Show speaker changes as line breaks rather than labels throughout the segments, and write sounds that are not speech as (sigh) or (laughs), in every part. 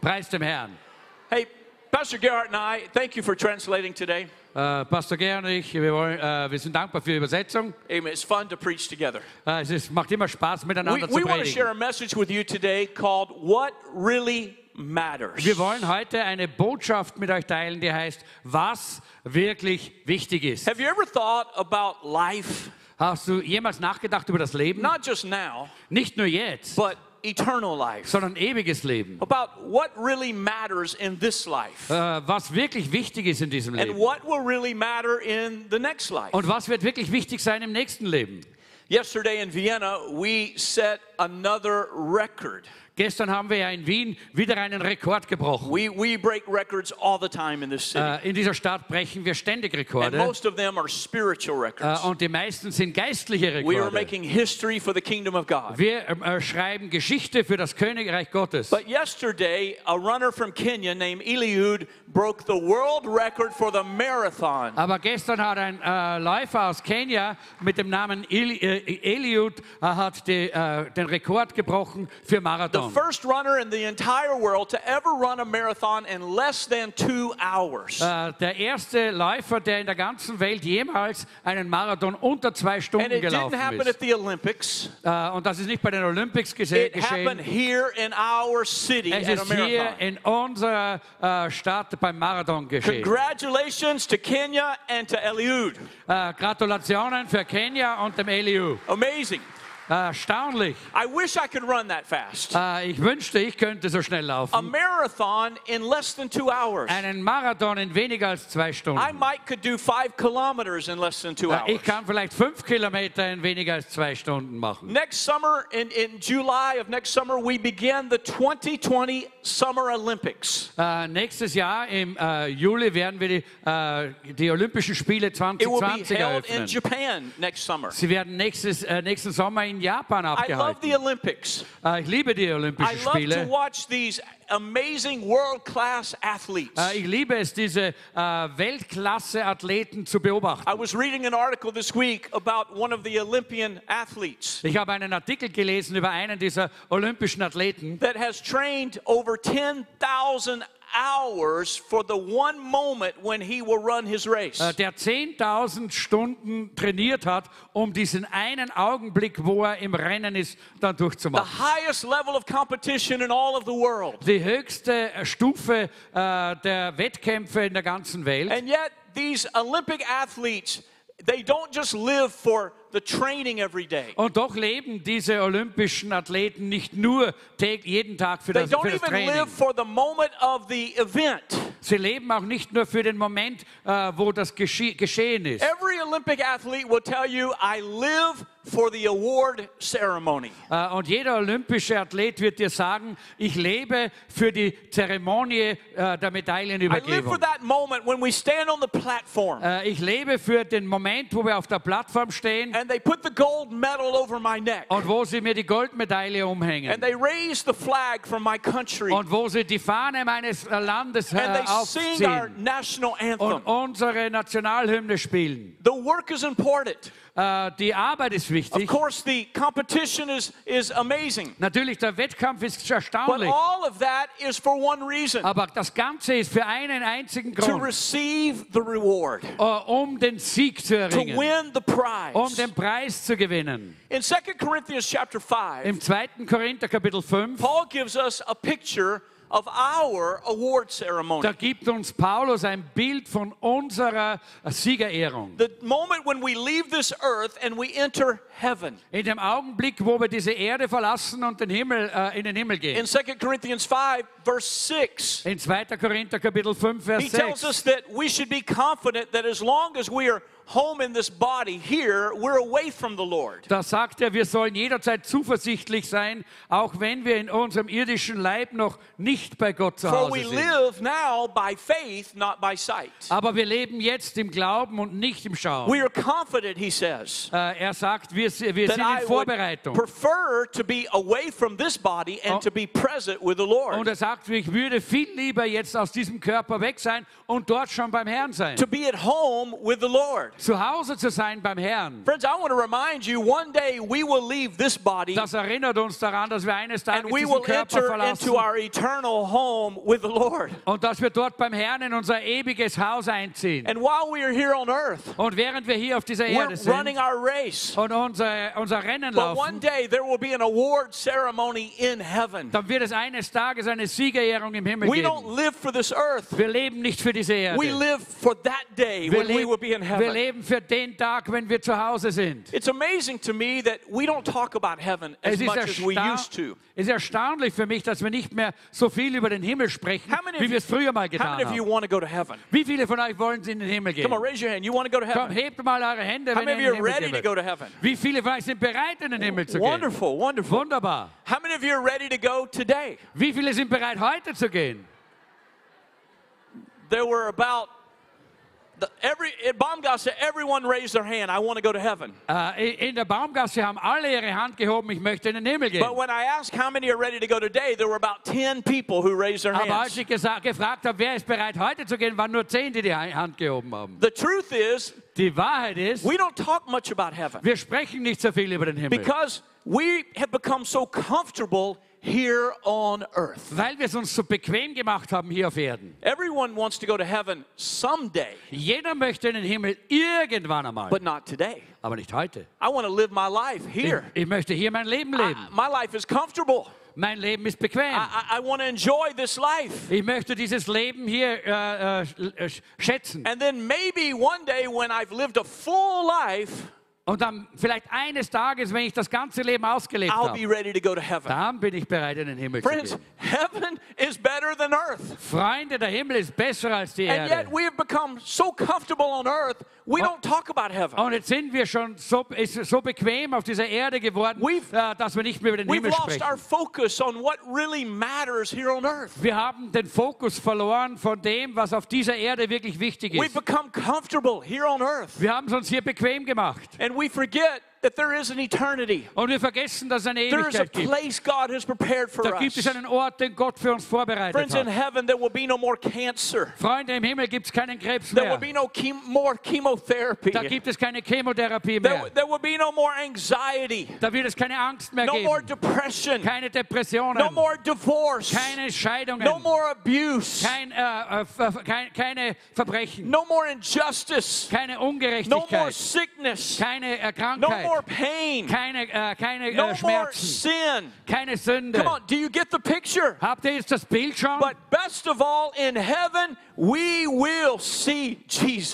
Preis dem Herrn.
Hey, Pastor Garrett and I, thank you for translating today.
Äh, Pastor Ger und ich, wir, wollen, äh, wir sind dankbar für die Übersetzung.
Amen. It's fun to preach together.
Äh, es ist, macht immer Spaß,
We,
miteinander
we
zu
want to
predigen.
share a message with you today called What Really Matters.
Wir wollen heute eine Botschaft mit euch teilen, die heißt, was wirklich wichtig ist.
Have you ever thought about life?
Hast du jemals nachgedacht über das Leben?
Not just now,
Nicht nur jetzt,
but eternal life.
sondern ewiges Leben.
About what really matters in this life
Äh, was wirklich wichtig ist in diesem
and
Leben.
what will really matter in the next life.
Und was wird wirklich wichtig sein im nächsten Leben?
Yesterday in Vienna, we set another record.
Gestern haben wir ja in Wien wieder einen Rekord gebrochen.
We, we break records all the time in this city,
Äh, in dieser Stadt brechen wir ständig
and
Rekorde.
most of them are spiritual
Äh,
records.
und die meisten sind geistliche
We are
Rekorde.
making history for the kingdom of God.
Wir ähm, äh, schreiben Geschichte für das Königreich Gottes.
But yesterday, a runner from Kenya named Eliud broke the world record for the marathon.
Aber gestern hat ein äh, Läufer aus Kenia mit dem Namen Eli äh, Eliud äh, hat die, äh, den Rekord gebrochen für
The
Marathon.
first runner in the entire world to ever run a marathon in less than two hours.
Äh, der erste Läufer, der in der ganzen Welt jemals einen Marathon unter zwei Stunden
And it didn't
gelaufen
happen at
ist.
the Olympics.
Äh, und das ist nicht bei den Olympics gese
It happened
geschehen.
here in our city
Es
at a
ist hier
marathon.
in unserer äh, Stadt beim Marathon geschehen.
Congratulations to Kenya and to Eliud.
Äh, Gratulationen für Kenia und dem Eliud.
Amazing.
Äh, erstaunlich.
I wish I could run that fast.
Äh, ich wünschte, ich könnte so schnell laufen.
A marathon in less than two hours.
Einen Marathon in weniger als zwei
I
Stunden.
might could do five kilometers in less than two
Äh,
hours.
Ich kann vielleicht fünf Kilometer in weniger als zwei Stunden machen.
Next summer, in, in July of next summer, we begin the 2020 Summer Olympics.
Äh, nächstes Jahr im äh, Juli werden wir die, äh, die Olympischen Spiele
It will be
2020
held in
eröffnen.
Japan next summer.
Sie werden nächstes, äh, nächsten Sommer in Japan
I love
abgehalten.
the Olympics.
Äh, ich liebe die
I
Olympischen
love to
Spiele.
watch these amazing world class athletes.
Äh, ich liebe es, diese äh, Weltklasse-Athleten zu beobachten.
I was reading an article this week about one of the Olympian athletes
Ich habe einen Artikel gelesen über einen dieser olympischen Athleten,
that has trained over 10,000 hours for the one moment when he will run his race.
äh, der 10.000 Stunden trainiert hat, um diesen einen Augenblick, wo er im Rennen ist, dann
The
durchzumachen.
highest level of competition in all of the world.
Die höchste Stufe äh, der Wettkämpfe in der ganzen Welt.
And yet, these Olympic athletes, they don't just live for the training every day.
Und doch leben diese olympischen Athleten nicht nur täg- jeden Tag für
They
das, für
don't
das
even
Training.
live for the moment of the event.
Sie leben auch nicht nur für den Moment, äh, wo das gesche geschehen ist.
Every Olympic athlete will tell you, I live for the award ceremony.
Äh, Und jeder olympische Athlet wird dir sagen, ich lebe für die Zeremonie äh, der
I Uh, live for
Medaillenübergabe.
that moment when we stand on the platform
Äh, Ich lebe für den Moment, wo wir auf der Plattform stehen
and they put the gold medal over my neck
und wo sie mir die Goldmedaille
and
umhängen
they raise the flag from my country
und wo sie die Fahne meines äh, Landes
and
äh,
they uh, sing our
aufziehen
national
und
anthem.
unsere Nationalhymne spielen.
The work is important.
Äh, Die Arbeit ist
Of
wichtig.
course, the competition is, is amazing.
Natürlich, der Wettkampf ist
But
erstaunlich,
all of that is for one reason
aber das Ganze ist für einen einzigen
to
Grund,
receive the reward,
äh, um den Sieg zu
to
erringen,
win the prize.
um den Preis zu gewinnen.
In 2 Corinthians chapter 5,
Im 2. Korinther Kapitel 5,
Paul gives us a picture of our award ceremony.
da gibt uns Paulus ein Bild von unserer Siegerehrung.
The moment when we leave this earth and we enter heaven.
In dem Augenblick, wo wir diese Erde verlassen und den Himmel, äh, in den Himmel
In
gehen.
2 Corinthians 5, verse 6,
In 2. Korinther Kapitel 5,
he
Vers
tells
6.
us that we should be confident that as long as we are home in this body here, we're away from the Lord.
Da sagt er, wir sollen jederzeit zuversichtlich sein, auch wenn wir in unserem irdischen Leib noch nicht bei Gott zu
For
Hause
we
sind.
live now by faith, not by sight.
Aber wir leben jetzt im Glauben und nicht im Schauen.
We are confident, he says,
Äh, er sagt, wir, si- wir
that
sind
I
in
would
Vorbereitung.
prefer to be away from this body and
Oh.
to be present with the Lord.
Und er sagt, ich würde viel lieber jetzt aus diesem Körper weg sein und dort schon beim Herrn sein.
to be at home with the Lord. Lord.
zu Hause zu sein beim Herrn.
Friends, I want to remind you one day we will leave this body
Das erinnert uns daran, dass wir eines
and
Tages
we
diesen
will
Körper
enter
verlassen
into our eternal home with the Lord.
und dass wir dort beim Herrn in unser ewiges Haus einziehen.
And while we are here on earth,
Und während wir hier auf dieser
we're
Erde
running
sind
our race.
und unser, unser Rennen
But one
laufen,
day there will be an award ceremony in heaven.
dann wird es eines Tages eine Siegerehrung im Himmel
We don't
geben.
live for this earth.
Wir leben nicht für diese Erde.
We
Wir,
live for that day when we
leb-
will be in
wir
heaven.
leben für den Tag, wenn wir zu Hause sind.
It's amazing to me that we don't talk about heaven
Es
as
ist,
much as we
ersta-
used to.
es ist erstaunlich für mich, dass wir nicht mehr so viel über den Himmel sprechen,
How many of
wie wir es
you-
früher mal
How
getan
many of you
haben.
want to go to heaven?
Wie viele von euch wollen in den Himmel gehen?
Come on, raise your hand. You want to go to
Komm,
heaven?
hebt mal eure Hände,
How
wenn ihr in den
many of you are
Himmel
ready
gehen
to
wollt.
go to heaven?
Wie viele von euch sind bereit, in den Himmel zu gehen?
Wonderful, wonderful.
Wunderbar.
How many of you are ready to go today?
Wie viele sind bereit, heute zu gehen?
There were about the, every at Baumgasse, everyone raised their hand. I want to go to heaven.
Äh, in der Baumgasse haben alle ihre Hand gehoben, ich möchte in den Himmel gehen.
But when I asked how many are ready to go today, there were about 10 people who raised their
Aber als
hands.
ich gesa- gefragt habe, wer ist bereit, heute zu gehen, waren nur zehn, die die He- Hand gehoben haben.
The truth is,
Die Wahrheit ist,
we don't talk much about heaven
wir sprechen nicht so viel über den Himmel.
because we have become so comfortable here on earth.
Weil wir es uns so bequem gemacht haben hier auf Erden.
Everyone wants to go to heaven someday,
Jeder möchte in den Himmel irgendwann einmal,
but not today.
aber nicht heute.
I want to live my life
Ich,
here. Ah.
ich möchte hier mein Leben
I-
leben.
my life is comfortable.
Mein Leben ist bequem.
I, I, I want to enjoy this life.
Ich möchte dieses Leben hier äh, äh, sch- äh, sch- schätzen.
And then maybe one day when I've lived a full life,
Und dann vielleicht eines Tages, wenn ich das ganze Leben ausgelebt
I'll be
habe,
ready to go to heaven.
dann bin ich bereit, in den Himmel zu
Friends,
gehen.
heaven is better than earth.
Freunde, der Himmel ist besser als die
And yet
Erde.
we have become so comfortable on earth, we don't talk about heaven.
Und jetzt sind wir schon so, ist so bequem auf dieser Erde geworden,
We've-
äh, dass wir nicht mehr über den
We've
Himmel
lost
sprechen.
our focus on what really matters here on earth.
Wir haben den Fokus verloren von dem, was auf dieser Erde wirklich wichtig
We've
ist.
become comfortable here on earth.
Wir haben es uns hier bequem gemacht.
And we forget that there is an eternity.
Und wir vergessen, dass es eine
There is a
Ewigkeit gibt.
place God has prepared for
Da gibt es
us.
einen Ort, den Gott für uns vorbereitet
Friends, in
hat.
heaven, there will be no more cancer.
Freunde, im Himmel gibt es keinen Krebs
There
mehr.
will be no chem- more chemotherapy.
Da gibt es keine Chemotherapie
There,
mehr.
there will be no more anxiety,
Da wird es keine Angst mehr
no more
geben.
depression,
Keine Depressionen.
no more divorce,
Keine Scheidungen.
no more abuse,
Kein, äh, äh, ver- kein, keine Verbrechen.
no more injustice,
Keine
no more
Ungerechtigkeit.
sickness,
Keine äh,
no more
Krankheit.
pain,
Keine, äh, keine
no
äh,
more
Schmerzen.
sin.
Keine Sünde.
Come on, do you get the picture?
Habt ihr jetzt das Bild schon?
But best of all, in heaven, we will see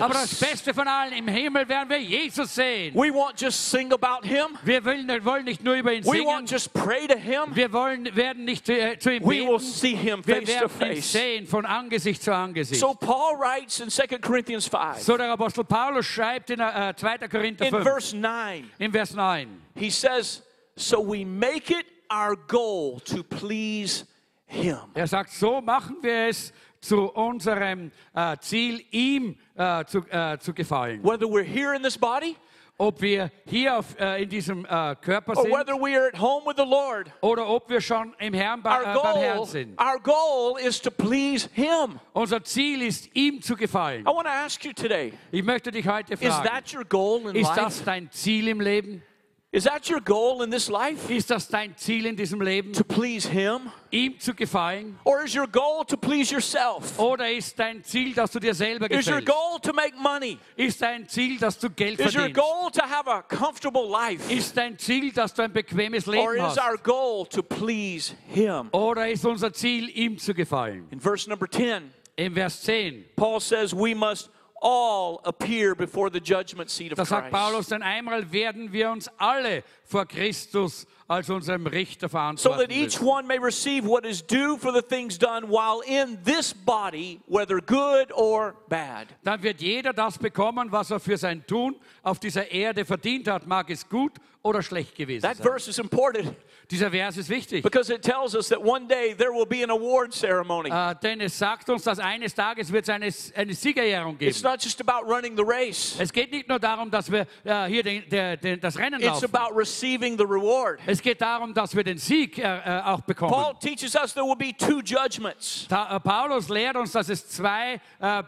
Aber das
Jesus.
Beste von allen, im Himmel werden wir Jesus sehen.
We won't just sing about him,
Wir wollen, wollen nicht nur über ihn
we
singen.
won't just pray to him,
Wir wollen, werden nicht äh, zu ihm
we will
beten.
see him
Wir
face to
werden ihn
face.
sehen von Angesicht zu Angesicht.
So Paul writes in 2 Corinthians 5.
So der Apostel Paulus schreibt in äh, 2. Korinther
in
5,
verse 9,
in Vers 9.
he says, So we make it our goal to please him.
Er sagt, so machen wir es zu unserem äh, Ziel, ihm äh, zu, äh, zu gefallen.
Whether we're here in this body
Ob wir hier auf, äh, in diesem äh, Körper
or
sind
Oh, whether we are at home with the Lord,
oder ob wir schon im Herrn, bei-
our
äh, beim Herrn
goal,
sind.
our goal is to please him.
Unser Ziel ist, ihm zu gefallen.
I want to ask you today
Ich möchte dich heute
Oh. is
fragen,
that your goal in
ist
life?
das dein Ziel im Leben?
Is that your goal in this life?
Ist das dein Ziel in diesem Leben,
To please him?
ihm zu gefallen?
Or is your goal to please yourself?
Oder ist dein Ziel, dass du dir selber
Is your
gefällst?
goal to make money?
Ist dein Ziel, dass du Geld
Is your
verdienst?
goal to have a comfortable life?
Ist dein Ziel, dass du ein bequemes
Or
Leben
is
hast?
our goal to please Him?
Oder ist unser Ziel, ihm zu gefallen?
In verse number 10,
Im Vers 10,
Paul says we must all appear before the judgment seat of
da sagt
Christ.
Paulus, denn einmal werden wir uns alle vor Christus als unserem Richter
So
verantworten
that each
müssen.
one may receive what is due for the things done while in this body, whether good or bad.
Dann wird jeder das bekommen, was er für sein Tun auf dieser Erde verdient hat, mag es gut oder schlecht gewesen
That
sein.
verse is important
Dieser Vers ist wichtig,
because it tells us that one day there will be an award ceremony.
äh, denn es sagt uns, dass eines Tages wird es eine, eine Siegerehrung
It's
geben.
not just about running the race,
Es geht nicht nur darum, dass wir äh, hier den, der, den, das Rennen
it's
laufen.
about receiving the reward.
Es geht darum, dass wir den Sieg äh, äh, auch bekommen.
Paul teaches us there will be two judgments.
Ta äh, Paulus lehrt uns, dass es zwei äh,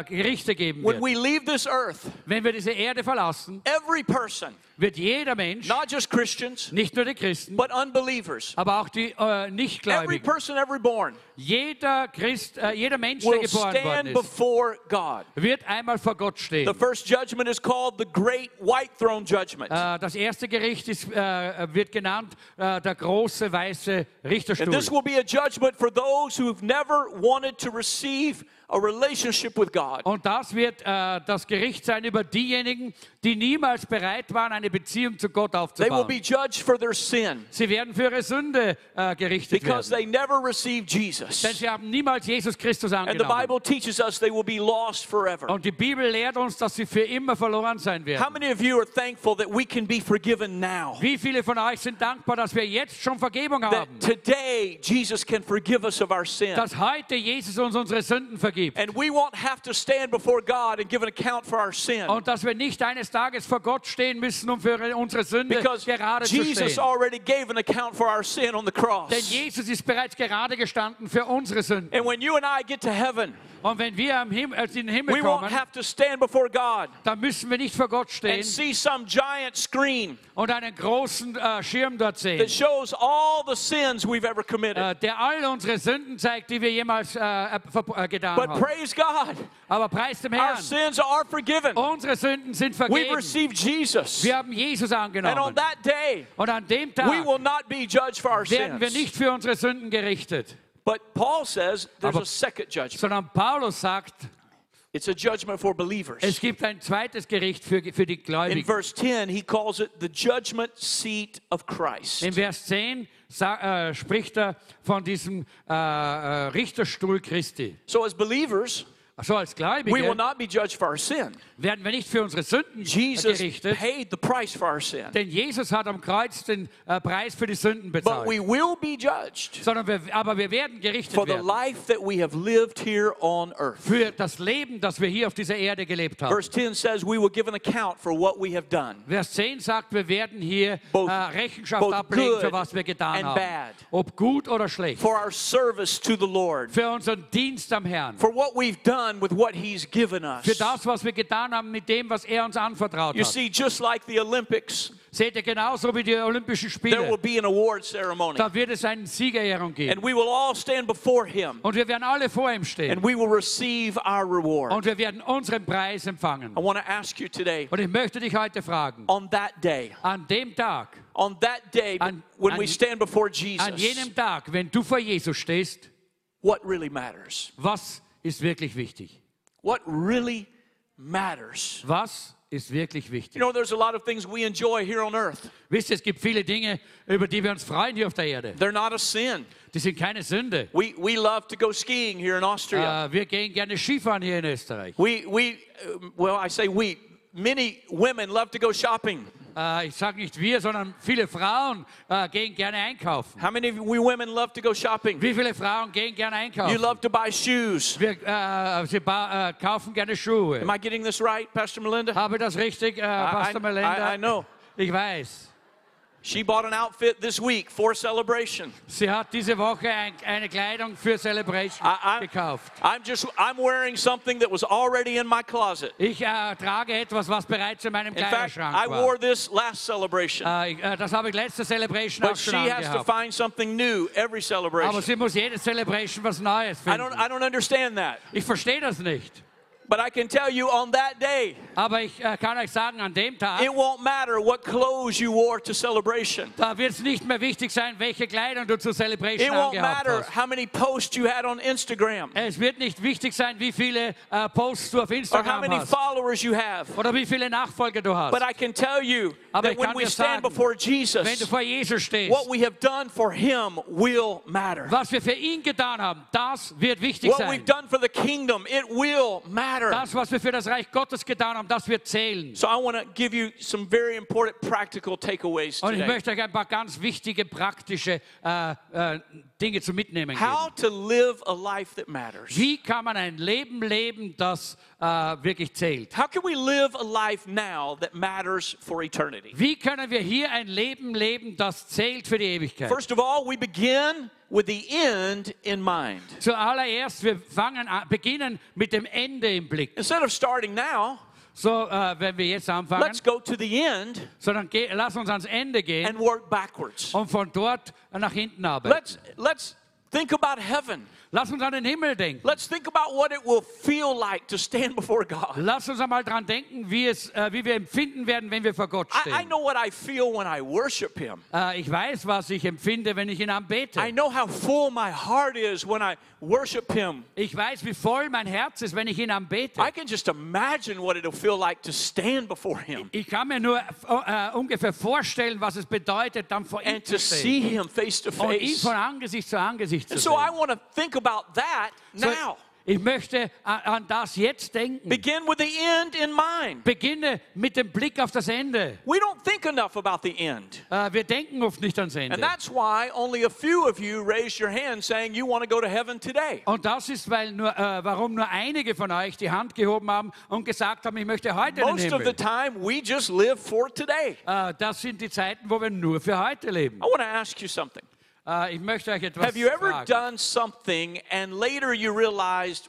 äh, Gerichte geben wird.
When we leave this earth,
Wenn wir diese Erde verlassen,
every person,
wird jeder Mensch,
not just Christians,
nicht nur die Christen,
but unbelievers,
aber auch die äh,
every
Nichtgläubigen,
person ever born
jeder Christ, äh, jeder Mensch, der
will
geboren worden
stand
ist,
before God.
wird einmal vor Gott stehen.
The first judgment is called the Great White Throne Judgment.
Äh, das erste Gericht ist, äh, wird genannt äh, der große weiße
And
Richterstuhl.
this will be a judgment for those who've never wanted to receive a relationship with God.
Und das wird äh, das Gericht sein über diejenigen, die niemals bereit waren, eine Beziehung zu Gott
They will be
aufzubauen.
judged for their sin
Sie werden für ihre Sünde äh, gerichtet
because
werden,
they never received
denn
Jesus.
sie haben niemals Jesus Christus
And the
angenommen.
Bible teaches us they will be lost forever.
Und die Bibel lehrt uns, dass sie für immer verloren sein werden.
How many of you are thankful that we can be forgiven now?
Wie viele von euch sind dankbar, dass wir jetzt schon Vergebung haben?
That today Jesus can forgive us of our sin.
Dass heute Jesus uns unsere Sünden vergibt.
And we won't have to stand before God and give an account for our sin
Und dass wir nicht eines Tages vor Gott stehen müssen, um für unsere Sünde
because
gerade zu
Jesus
stehen.
already gave an account for our sin on the
Denn
cross.
Jesus ist bereits gerade gestanden für unsere Sünden.
And when you and I get to heaven,
Und wenn wir am Himmel, also in den Himmel
we won't
kommen,
have to stand before God
dann müssen wir nicht vor Gott stehen
and see some giant screen
und einen großen äh, Schirm dort sehen,
that shows all the sins we've ever committed.
äh, der all unsere Sünden zeigt, die wir jemals äh, verb- äh, getan
But
haben.
praise God,
Aber preis dem
our
Herrn,
sins are forgiven.
unsere Sünden sind
We've
vergeben.
received Jesus.
Wir haben Jesus
And on
angenommen.
that day,
Und an dem
we
Tag
will not be judged for our
werden wir nicht
sins.
für unsere Sünden gerichtet,
But Paul says there's
Aber-
a second judgment.
sondern Paulus sagt,
It's a judgment for
es
believers.
gibt ein zweites Gericht für, für die
In
Gläubigen.
verse 10, he calls it the judgment seat of Christ.
In Vers 10 sa- äh, spricht er von diesem äh, äh, Richterstuhl Christi.
So, as believers,
So als
we
Gläubige
will not be judged for our sin.
werden wir nicht für unsere Sünden
Jesus
gerichtet,
paid the price for our sin.
denn Jesus hat am Kreuz den äh, Preis für die Sünden
But we
bezahlt.
will be judged
Sondern wir, aber wir werden gerichtet
for the
werden
life that we have lived here on earth.
für das Leben, das wir hier auf dieser Erde gelebt haben.
Verse 10 says we will give an account for what we have done.
Vers 10 sagt, wir werden hier
Both-
äh, Rechenschaft
both
ablegen,
good
für was wir getan
and
haben.
bad.
Ob gut oder schlecht.
for our service to the Lord,
Für unseren Dienst am Herrn.
for what we've done with what He's given us.
Für das, was wir getan haben mit dem, was er uns anvertraut
You
hat.
see, just like the Olympics,
Seht ihr, genauso wie die Olympischen
there
Spiele,
will be an award ceremony,
da wird es eine Siegerehrung
and
geben.
we will all stand before Him,
Und wir werden alle vor ihm stehen.
and we will receive our reward.
Und wir werden unseren Preis empfangen.
I want to ask you today,
Und ich möchte dich heute fragen,
on that day,
an dem Tag,
on that day
An-
when
an-
we stand before
an
Jesus,
jenem Tag, wenn du vor Jesus stehst,
what really matters?
was ist wirklich wichtig?
What really matters?
Was ist wirklich wichtig?
You know, there's a lot of things we enjoy here on earth.
Wisst ihr, es gibt viele Dinge, über die wir uns freuen hier auf der Erde.
They're not a sin.
Die sind keine Sünde.
We, we love to go skiing here in Austria.
Äh, wir gehen gerne Skifahren hier in Österreich.
We, we, um, well, I say we. Many women love to go shopping.
Äh, ich sage nicht wir, sondern viele Frauen äh, gehen gerne einkaufen.
How many of we women love to go shopping?
Wie viele Frauen gehen gerne
You
einkaufen?
love to buy shoes.
Wir, äh, sie ba- äh, kaufen gerne Schuhe.
Am I getting this right, Pastor Melinda?
Habe ich das richtig, äh, Pastor
I- I-
Melinda?
I know.
Ich weiß.
She bought an outfit this week for celebration.
Sie hat diese Woche ein, eine Kleidung für Celebration
I, I,
gekauft.
I'm just I'm wearing something that was already in my closet.
Ich äh, trage etwas, was bereits in meinem
In fact,
Kleiderschrank
I
war.
wore this last celebration,
Äh, ich- äh, das habe ich letzte Celebration
but
auch
she
schon
has to
angehabt.
find something new every
Aber
celebration.
sie muss jede Celebration was Neues
I don't
finden.
I don't understand that,
Ich verstehe das nicht.
but I can tell you on that day,
Aber ich äh, kann euch sagen, an dem Tag,
it won't matter what clothes you wore to celebration.
da wird es nicht mehr wichtig sein, welche Kleidung du zur
It
Celebration
won't
angehabt
matter
hast.
how many posts you had on Instagram
Es wird nicht wichtig sein, wie viele äh, Posts du auf
or how
Instagram
many
hast
followers you have.
oder wie viele Nachfolger du
But
hast.
I can tell you
Aber
that
ich
when
kann
we
dir
stand
sagen,
before
Wenn du
Jesus,
vor Jesus
what
stehst,
we have done for him will matter.
was wir für ihn getan haben, das wird wichtig
What
sein.
we've done for the kingdom, it will matter.
Das, was wir für das Reich Gottes getan haben, das wird zählen.
So I want to give you some very important practical takeaways
Und ich
today.
möchte euch ein paar ganz wichtige, praktische äh, äh, Dinge zum Mitnehmen geben.
How to live a life that matters.
Wie kann man ein Leben leben, das äh, wirklich zählt?
How can we live a life now that matters for eternity?
Wie können wir hier ein Leben leben, das zählt für die Ewigkeit?
First of all, we begin with the end in mind.
Zuallererst, wir fangen an, beginnen mit dem Ende im Blick.
Instead of starting now,
So, äh, wenn wir jetzt anfangen,
let's go to the end
sondern geh, lass uns ans Ende gehen
and work backwards.
und von dort nach hinten arbeiten.
Let's let's think about heaven.
Lass uns an den Himmel denken.
Let's think about what it will feel like to stand before God.
Lass uns einmal dran denken, wie, es, äh, wie wir empfinden werden, wenn wir vor Gott
I, I
stehen.
know what I feel when I worship Him.
Äh, ich weiß, was ich empfinde, wenn ich ihn
I
anbete.
know how full my heart is when I worship Him.
Ich weiß, wie voll mein Herz ist, wenn ich ihn anbete.
I can just imagine what it'll feel like to stand before Him
Ich kann mir nur äh, ungefähr vorstellen, was es bedeutet, dann vor ihm
and to
zu
see
stehen
Him face to
und ihn
face.
von Angesicht zu Angesicht zu
So I
sehen.
want to think about that
So,
now.
ich möchte an, an das jetzt denken.
Begin with the end in mind.
Beginne mit dem Blick auf das Ende.
We don't think enough about the end.
Äh, wir denken oft nicht ans
And
Ende.
that's why only a few of you raised your hand saying you want to go to heaven today.
Und das ist, weil nur, äh, warum nur einige von euch die Hand gehoben haben und gesagt haben, ich möchte heute in den
Most of the
Himmel.
time, we just live for today.
Äh, das sind die Zeiten, wo wir nur für heute leben.
I want to ask you something.
Äh, ich möchte euch etwas
Have you ever
fragen.
done something and later you realized,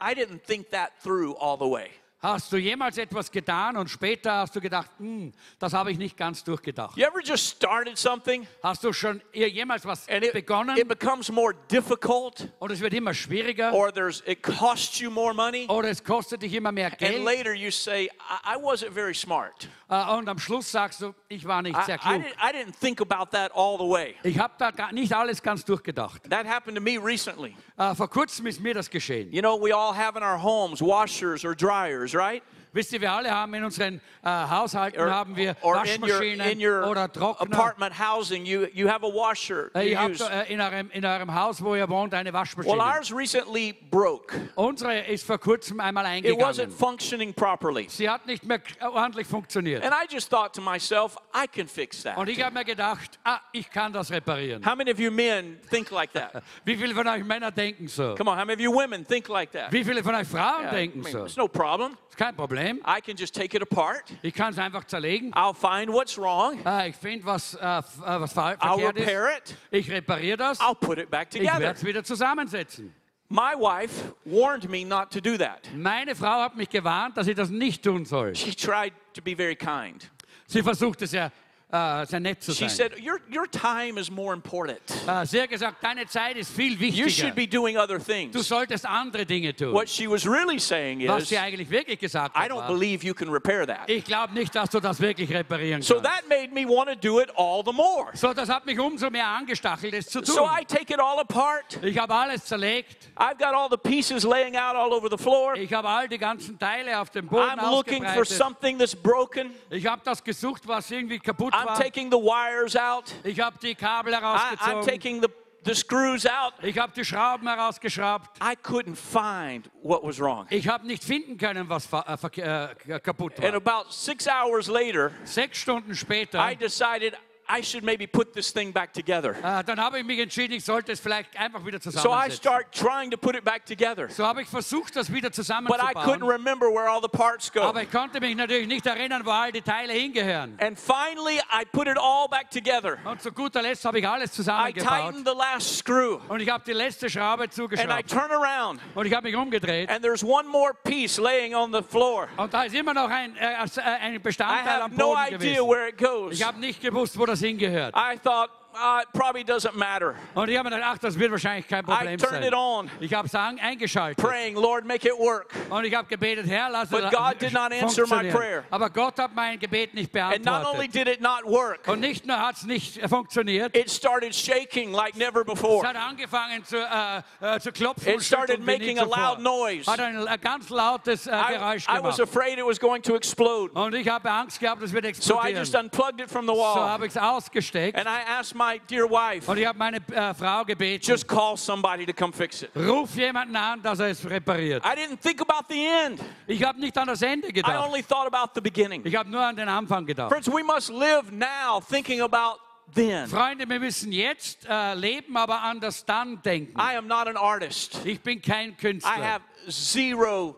I didn't think that through all the way?
Hast du jemals etwas getan und später hast du gedacht, hm, das habe ich nicht ganz durchgedacht?
You ever just started something
Hast du schon ihr jemals was
and it,
begonnen
it becomes more difficult
und es wird immer schwieriger
or there's it costs you more money?
oder es kostet dich immer mehr Geld
And later you say, I, I wasn't very smart.
äh, und am Schluss sagst du, ich war nicht
I,
sehr
I,
klug.
didn't, I didn't think about that all the way.
Ich habe da gar nicht alles ganz durchgedacht.
That happened to me recently.
Äh, vor kurzem ist mir das geschehen.
You know, we all have in our homes washers or dryers, right?
Wisst ihr, wir alle haben in unseren äh, Haushalten
Or,
haben wir
or in your,
Waschmaschinen
in your
oder Trockner.
apartment housing, you, you have a washer
Äh,
you
ihr habt
use.
äh, in, eurem, in eurem Haus, wo ihr wohnt, eine Waschmaschine.
Well, ours recently broke.
Unsere ist vor kurzem einmal
It wasn't
eingegangen.
functioning properly.
Sie hat nicht mehr k- äh, ordentlich funktioniert.
And I just thought to myself, I can fix
Und
that.
ich habe mir gedacht, ah, ich kann das reparieren.
How many of you men think
(laughs)
like that?
Wie viele von euch Männer denken so?
Come on, how many of you women think like that?
Wie viele von euch Frauen
Yeah, I
denken
mean,
so?
It's no problem.
Ist kein Problem.
I can just take it apart.
Ich kann es einfach zerlegen.
I'll find what's wrong.
Äh, ich finde, was, äh, f- äh, was ver
I'll
verkehrt ist.
repair it.
Ich repariere das.
I'll put it back
Ich werde
together.
es wieder zusammensetzen.
My wife warned me not to do that.
Meine Frau hat mich gewarnt, dass ich das nicht tun soll.
She tried to be very kind.
Sie versuchte sehr, äh, sehr nett zu sein.
She said, Your, your time is more important.
Äh, sie hat gesagt, deine Zeit ist viel
You
wichtiger.
should be doing other
Du
things.
solltest andere Dinge tun.
What she was really saying
Was
is,
sie eigentlich wirklich gesagt
I
hat.
don't
war,
believe you can repair that.
Ich glaube nicht, dass du das wirklich reparieren
So
kannst.
that made me want to do it all the more.
So, das hat mich umso mehr angestachelt, es zu tun.
So I take it all apart.
ich habe alles zerlegt.
I've got all the pieces laying out all over the floor.
Ich habe all die ganzen Teile auf dem Boden
I'm looking for
ausgebreitet.
something that's broken.
Ich habe das gesucht, was irgendwie kaputt
I'm
war.
taking the wires out.
Ich habe die Kabel
I,
herausgezogen.
I'm taking the, the screws out.
ich habe die Schrauben herausgeschraubt.
I couldn't find what was wrong.
Ich habe nicht finden können, was ver äh, verke- äh, kaputt
And
war.
about six hours later,
Sechs Stunden später,
I decided I should maybe put this thing back together.
äh, dann habe ich mich entschieden, ich sollte es vielleicht einfach wieder
So I
zusammensetzen.
start trying to put it back together.
so habe ich versucht, das wieder
But I couldn't
zusammenzubauen.
remember where all the parts go.
Aber ich konnte mich natürlich nicht erinnern, wo all die Teile hingehören.
And finally, I put it all back together.
Und zu guter Letzt habe ich alles
I
zusammengebaut.
tightened the last screw.
Und ich habe die letzte Schraube
And I
zugeschraubt.
turn around.
Und ich habe mich umgedreht.
And there's one more piece laying on the floor.
Und da ist immer noch ein, äh, als- äh, ein
I
Bestandteil
have
am
no
Boden
idea
gewesen.
where it goes.
Ich habe nicht gewusst, wo das hingehört.
I thought, ah, it probably doesn't matter.
Und ich habe mir gedacht, ach, das wird wahrscheinlich kein
I
Problem
turned
sein.
it on,
Ich habe es an- eingeschaltet.
praying, Lord, make it work.
Und ich habe gebetet, Herr, lass
But
es
God did not answer my
funktionieren.
prayer.
Aber Gott hat mein Gebet nicht
And not only
beantwortet.
did it not work,
Und nicht nur hat es nicht äh, funktioniert,
it started shaking like never
es
before.
hat angefangen zu, äh, äh, zu klopfen
It
und schütteln
started
wie
making
nie
a
zuvor.
loud noise.
Hat ein äh, ganz lautes äh,
I,
Geräusch
I was
gemacht.
afraid it was going to explode.
Und ich habe Angst gehabt, es wird
So I
explodieren.
just unplugged it from the
Oh, So
wall.
habe ich es ausgesteckt
And I asked my dear wife,
Und ich habe meine äh, Frau gebeten,
just call somebody to come fix it.
ruf jemanden an, dass er es repariert.
I didn't think about the end.
Ich habe nicht an das Ende
I
gedacht.
only thought about the beginning.
Ich habe nur an den Anfang gedacht.
Friends, we must live now thinking about then.
Freunde, wir müssen jetzt äh, leben, aber an das Dann denken.
I am not an artist.
Ich bin kein
I
Künstler.
have zero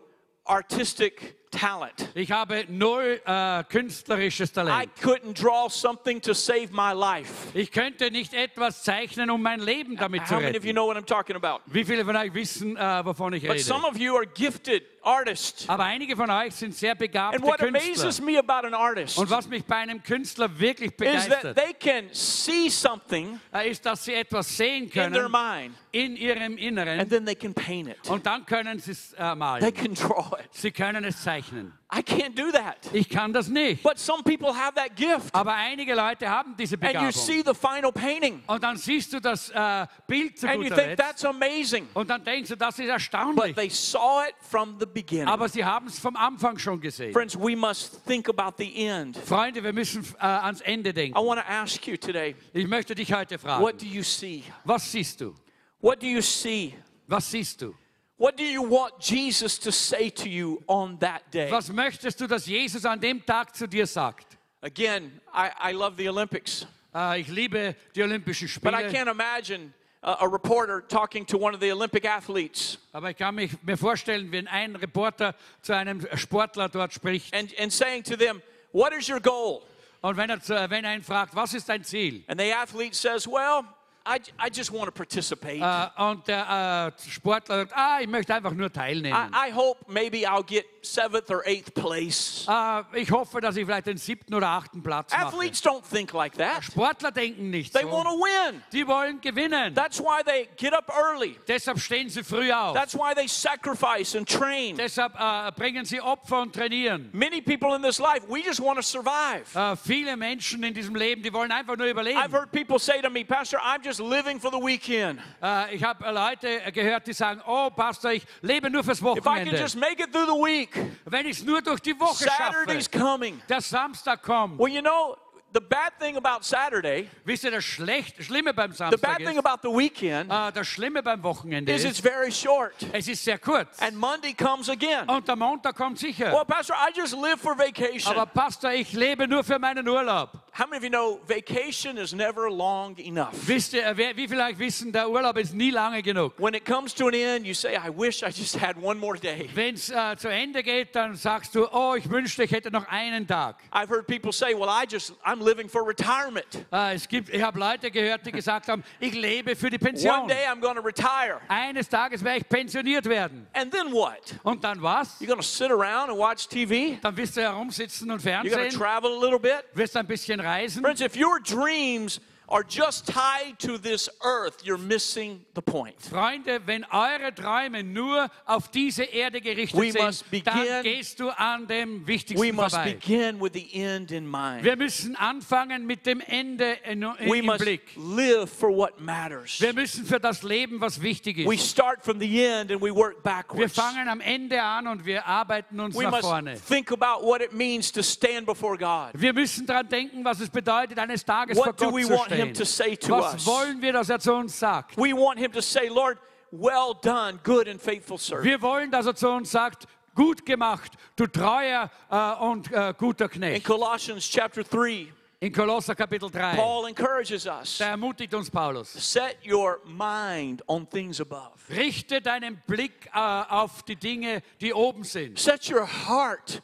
artistic talent.
Ich habe null äh, künstlerisches
I
Talent.
couldn't draw something to save my life.
Ich könnte nicht etwas zeichnen, um mein Leben damit zu
How many of you
retten.
know what I'm talking about?
Wie viele von euch wissen, äh, wovon ich
But some
rede?
of you are gifted artists.
Aber einige von euch sind sehr begabte
And what
Künstler.
amazes me about an artist
Und was mich bei einem Künstler wirklich
is that
begeistert,
they can see something
äh, ist, dass sie etwas sehen
in their
können
mind
in ihrem
and
Inneren
then they can paint it.
und dann können sie es äh,
They
malen.
can draw it.
Sie können es zeichnen.
I can't do that.
Ich kann das nicht.
But some people have that gift.
Aber einige Leute haben diese
And you
Begabung.
see the final painting
Und dann siehst du das äh, Bild zu
and you
guter
think
Letzt
that's amazing.
und dann denkst du, das ist
But
erstaunlich.
they saw it from the beginning.
Aber sie haben es vom Anfang schon gesehen.
Friends, we must think about the end.
Freunde, wir müssen äh, ans Ende
I
denken.
want to ask you today,
Ich möchte dich heute
what
fragen,
do you see?
was siehst du?
What do you see?
Was siehst du?
What do you want Jesus to say to you on that day?
Was möchtest du, dass Jesus an dem Tag zu dir sagt?
Again, I, I love the Olympics,
Äh, ich liebe die Olympischen
but I
Spiele,
can't imagine a, a reporter talking to one of the Olympic athletes
aber ich kann mich, mir vorstellen, wenn ein Reporter zu einem Sportler dort spricht
and, and saying to them, What is your goal?
und wenn er, zu, wenn er ihn fragt, was ist dein Ziel?
And the athlete says, Well, I, j- I just want to participate. I,
Äh, und der äh, Sportler sagt, ah, ich möchte einfach nur teilnehmen.
I hope maybe I'll get seventh or eighth place.
Äh, ich hoffe, dass ich vielleicht den siebten oder achten Platz mache.
ah. Athletes don't think like that,
Sportler denken nicht
they want
so.
to win.
Die wollen gewinnen.
That's why they get up early.
Deshalb stehen sie früh auf.
That's why they sacrifice and train.
Deshalb äh, bringen sie Opfer und trainieren.
Many people in this life, we just want to survive.
Äh, viele Menschen in diesem Leben, die wollen einfach nur
I've
überleben.
heard people say to me, Pastor, I'm just living for the weekend.
Äh, ich habe Leute gehört, die sagen, oh Pastor, ich lebe nur fürs
If I can
Wochenende.
just make it through the week,
Wenn ich es nur durch die Woche
Saturday's
schaffe,
coming.
der Samstag kommt.
Well, you know, the bad thing about Saturday,
Wisst ihr, das Schlecht, Schlimme beim
the
Samstag
bad thing
ist,
about the weekend
äh, das Schlimme beim Wochenende
is it's
ist,
very short.
es ist sehr kurz.
And Oh, Monday comes again.
Und der Montag kommt sicher.
Well, Pastor, I just live for vacation.
Aber Pastor, ich lebe nur für meinen Urlaub.
How many of you know vacation is never long enough?
Wisst ihr, wer, wie vielleicht wissen, der Urlaub ist nie lange genug.
When it comes to an end, you say, I wish I just had one more day.
Wenn es äh, zu Ende geht, dann sagst du, oh, ich wünschte, ich hätte noch einen Tag.
I've heard people say, "Well, I just I'm living for retirement.
Äh, es gibt, ich habe Leute gehört, die gesagt haben, ich lebe für die
One
Pension.
day I'm going to retire."
Eines Tages werde ich pensioniert werden.
And then what?
Und dann was?
You're going to sit around and watch TV?
Dann wirst du herumsitzen und
You're going to
fernsehen,
travel a little bit?
wirst ein bisschen reisen.
Friends, if your dreams are just tied to this earth, you're missing the point.
Freunde, wenn eure Träume nur auf diese Erde gerichtet
We must
sind,
begin-
dann gehst du an dem
We
Wichtigsten
must
vorbei.
begin with the end in mind.
Wir müssen anfangen mit dem Ende in, in,
We
im
must
Blick.
live for what matters.
Wir müssen für das Leben, was wichtig ist.
We start from the end and we work
Wir
backwards.
fangen am Ende an und wir arbeiten uns
We
nach
must
vorne.
think about what it means to stand before God.
Wir müssen daran denken, was es bedeutet, eines Tages
What
vor
do we
Gott
want him
zu
to say
stehen.
to us?
Was wollen wir, dass er zu uns sagt?
We want him to say, Lord, well done, good and faithful servant.
Wir wollen, dass er zu uns sagt, gut gemacht, du treuer äh, und äh, guter
In
Knecht.
Colossians chapter 3,
In Kolosser Kapitel 3,
Paul encourages us
da ermutigt uns Paulus.
set your mind on things above,
Richte deinen Blick äh, auf die Dinge, die oben sind.
set your heart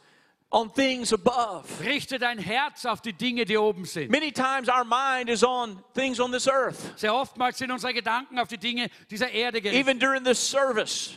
on things above.
Richte dein Herz auf die Dinge, die oben sind.
Many times our mind is on things on this earth.
Sehr oftmals sind unsere Gedanken auf die Dinge dieser Erde gerichtet.
Even during this service,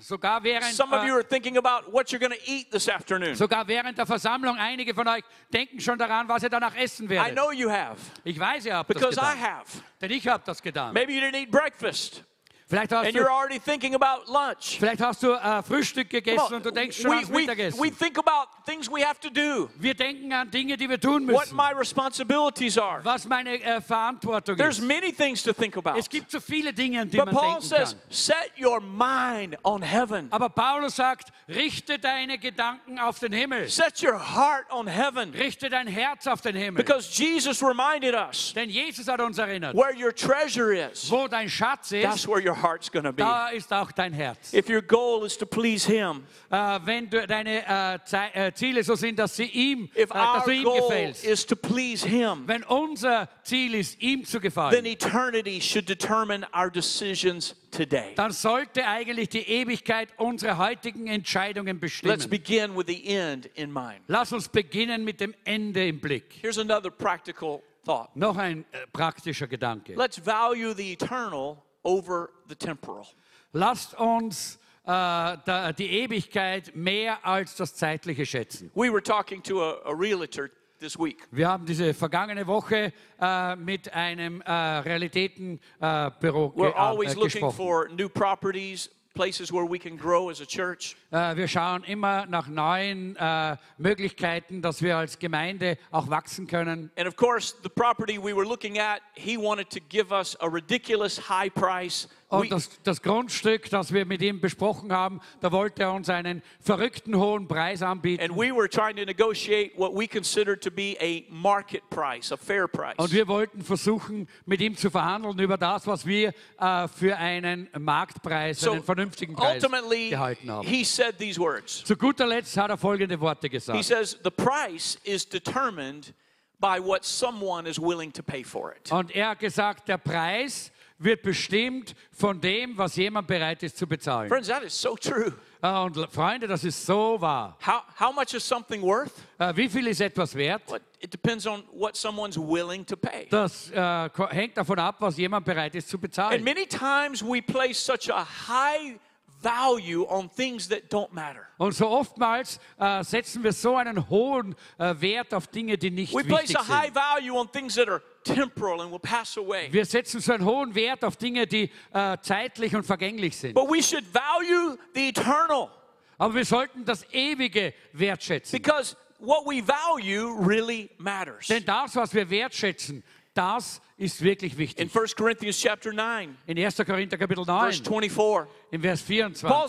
Sogar während
some of
äh,
you are thinking about what you're going to eat this afternoon.
Sogar während der Versammlung, einige von euch denken schon daran, was ihr danach essen
I
werdet.
know you have,
Ich weiß, ihr habt das
because I
getan,
have.
denn ich habe das getan.
Maybe you didn't eat breakfast.
Vielleicht hast
And
du,
you're already thinking about lunch.
vielleicht hast du äh, Frühstück
Come
gegessen
on.
und du denkst schon
We,
ans
we,
Mittagessen.
we think about things we have to do,
wir denken an Dinge, die wir tun
what
müssen.
my responsibilities are.
was meine äh, Verantwortung
There's
ist.
many things to think about.
Es gibt so viele Dinge, an die
But
man
Paul
denken
says,
kann.
set your mind on heaven.
Aber Paulus sagt, richte deine Gedanken auf den Himmel.
Set your heart on heaven.
Richte dein Herz auf den Himmel.
Because Jesus reminded us
Denn Jesus hat uns erinnert,
where your treasure is,
wo dein Schatz
that's
ist,
where your heart's going to be.
da ist auch dein Herz.
If your goal is to please Him,
Äh, wenn du deine äh, Zei- äh, Ziele so sind, dass sie ihm, äh,
if
dass
our
du ihm
goal
gefällst,
is to please Him,
wenn unser Ziel ist, ihm zu
then
gefallen,
eternity should determine our decisions today.
dann sollte eigentlich die Ewigkeit unsere heutigen Entscheidungen
Let's
bestimmen.
begin with the end in mind.
Lass uns beginnen mit dem Ende im Blick.
Here's another practical thought
Noch ein äh, praktischer Gedanke.
let's value the eternal over the temporal.
Lasst uns äh, da, die Ewigkeit mehr als das Zeitliche schätzen.
We were talking to a, a realtor this week,
Wir haben diese vergangene Woche äh, mit einem äh, Realitätenbüro äh, Büro ge
we're
äh,
always looking
gesprochen.
for new properties, places where we can grow as a church.
Äh, wir schauen immer nach neuen äh, Möglichkeiten, dass wir als Gemeinde auch wachsen können.
And of course, the property we were looking at, he wanted to give us a ridiculous high price.
Und
We-
das, das Grundstück, das wir mit ihm besprochen haben, da wollte er uns einen verrückten hohen Preis anbieten.
and we were trying to negotiate what we considered to be a market price, a fair price.
Und wir wollten versuchen, mit ihm zu verhandeln über das, was wir äh, für einen Marktpreis, einen vernünftigen Preis
ultimately,
gehalten haben.
he said these words.
Zu guter Letzt hat er folgende Worte
He
gesagt.
says, The price is determined by what someone is willing to pay for it.
Und er hat gesagt, der Preis wird bestimmt von dem, was jemand bereit ist zu bezahlen.
Friends, that is so true.
Äh, Und Le- Freunde, das ist so wahr.
How, how much is something worth?
Äh, Wie viel ist etwas wert?
Well, it depends on what someone's willing to pay.
Das äh, ko- hängt davon ab, was jemand bereit ist zu
And
bezahlen.
many times we place such a high value on things that don't matter.
Und so oftmals äh, setzen wir so einen hohen äh, Wert auf Dinge, die nicht
We place
wichtig
a high
sind.
value on things that are temporal and will pass away.
Wir setzen so einen hohen Wert auf Dinge, die äh, zeitlich und vergänglich sind.
But we should value the eternal
Aber wir sollten das Ewige wertschätzen.
because what we value really matters.
Denn das, was wir wertschätzen, das ist wirklich
In
wichtig.
1 Corinthians chapter 9,
In 1. Korinther Kapitel 9,
verse 24,
in Vers
Paul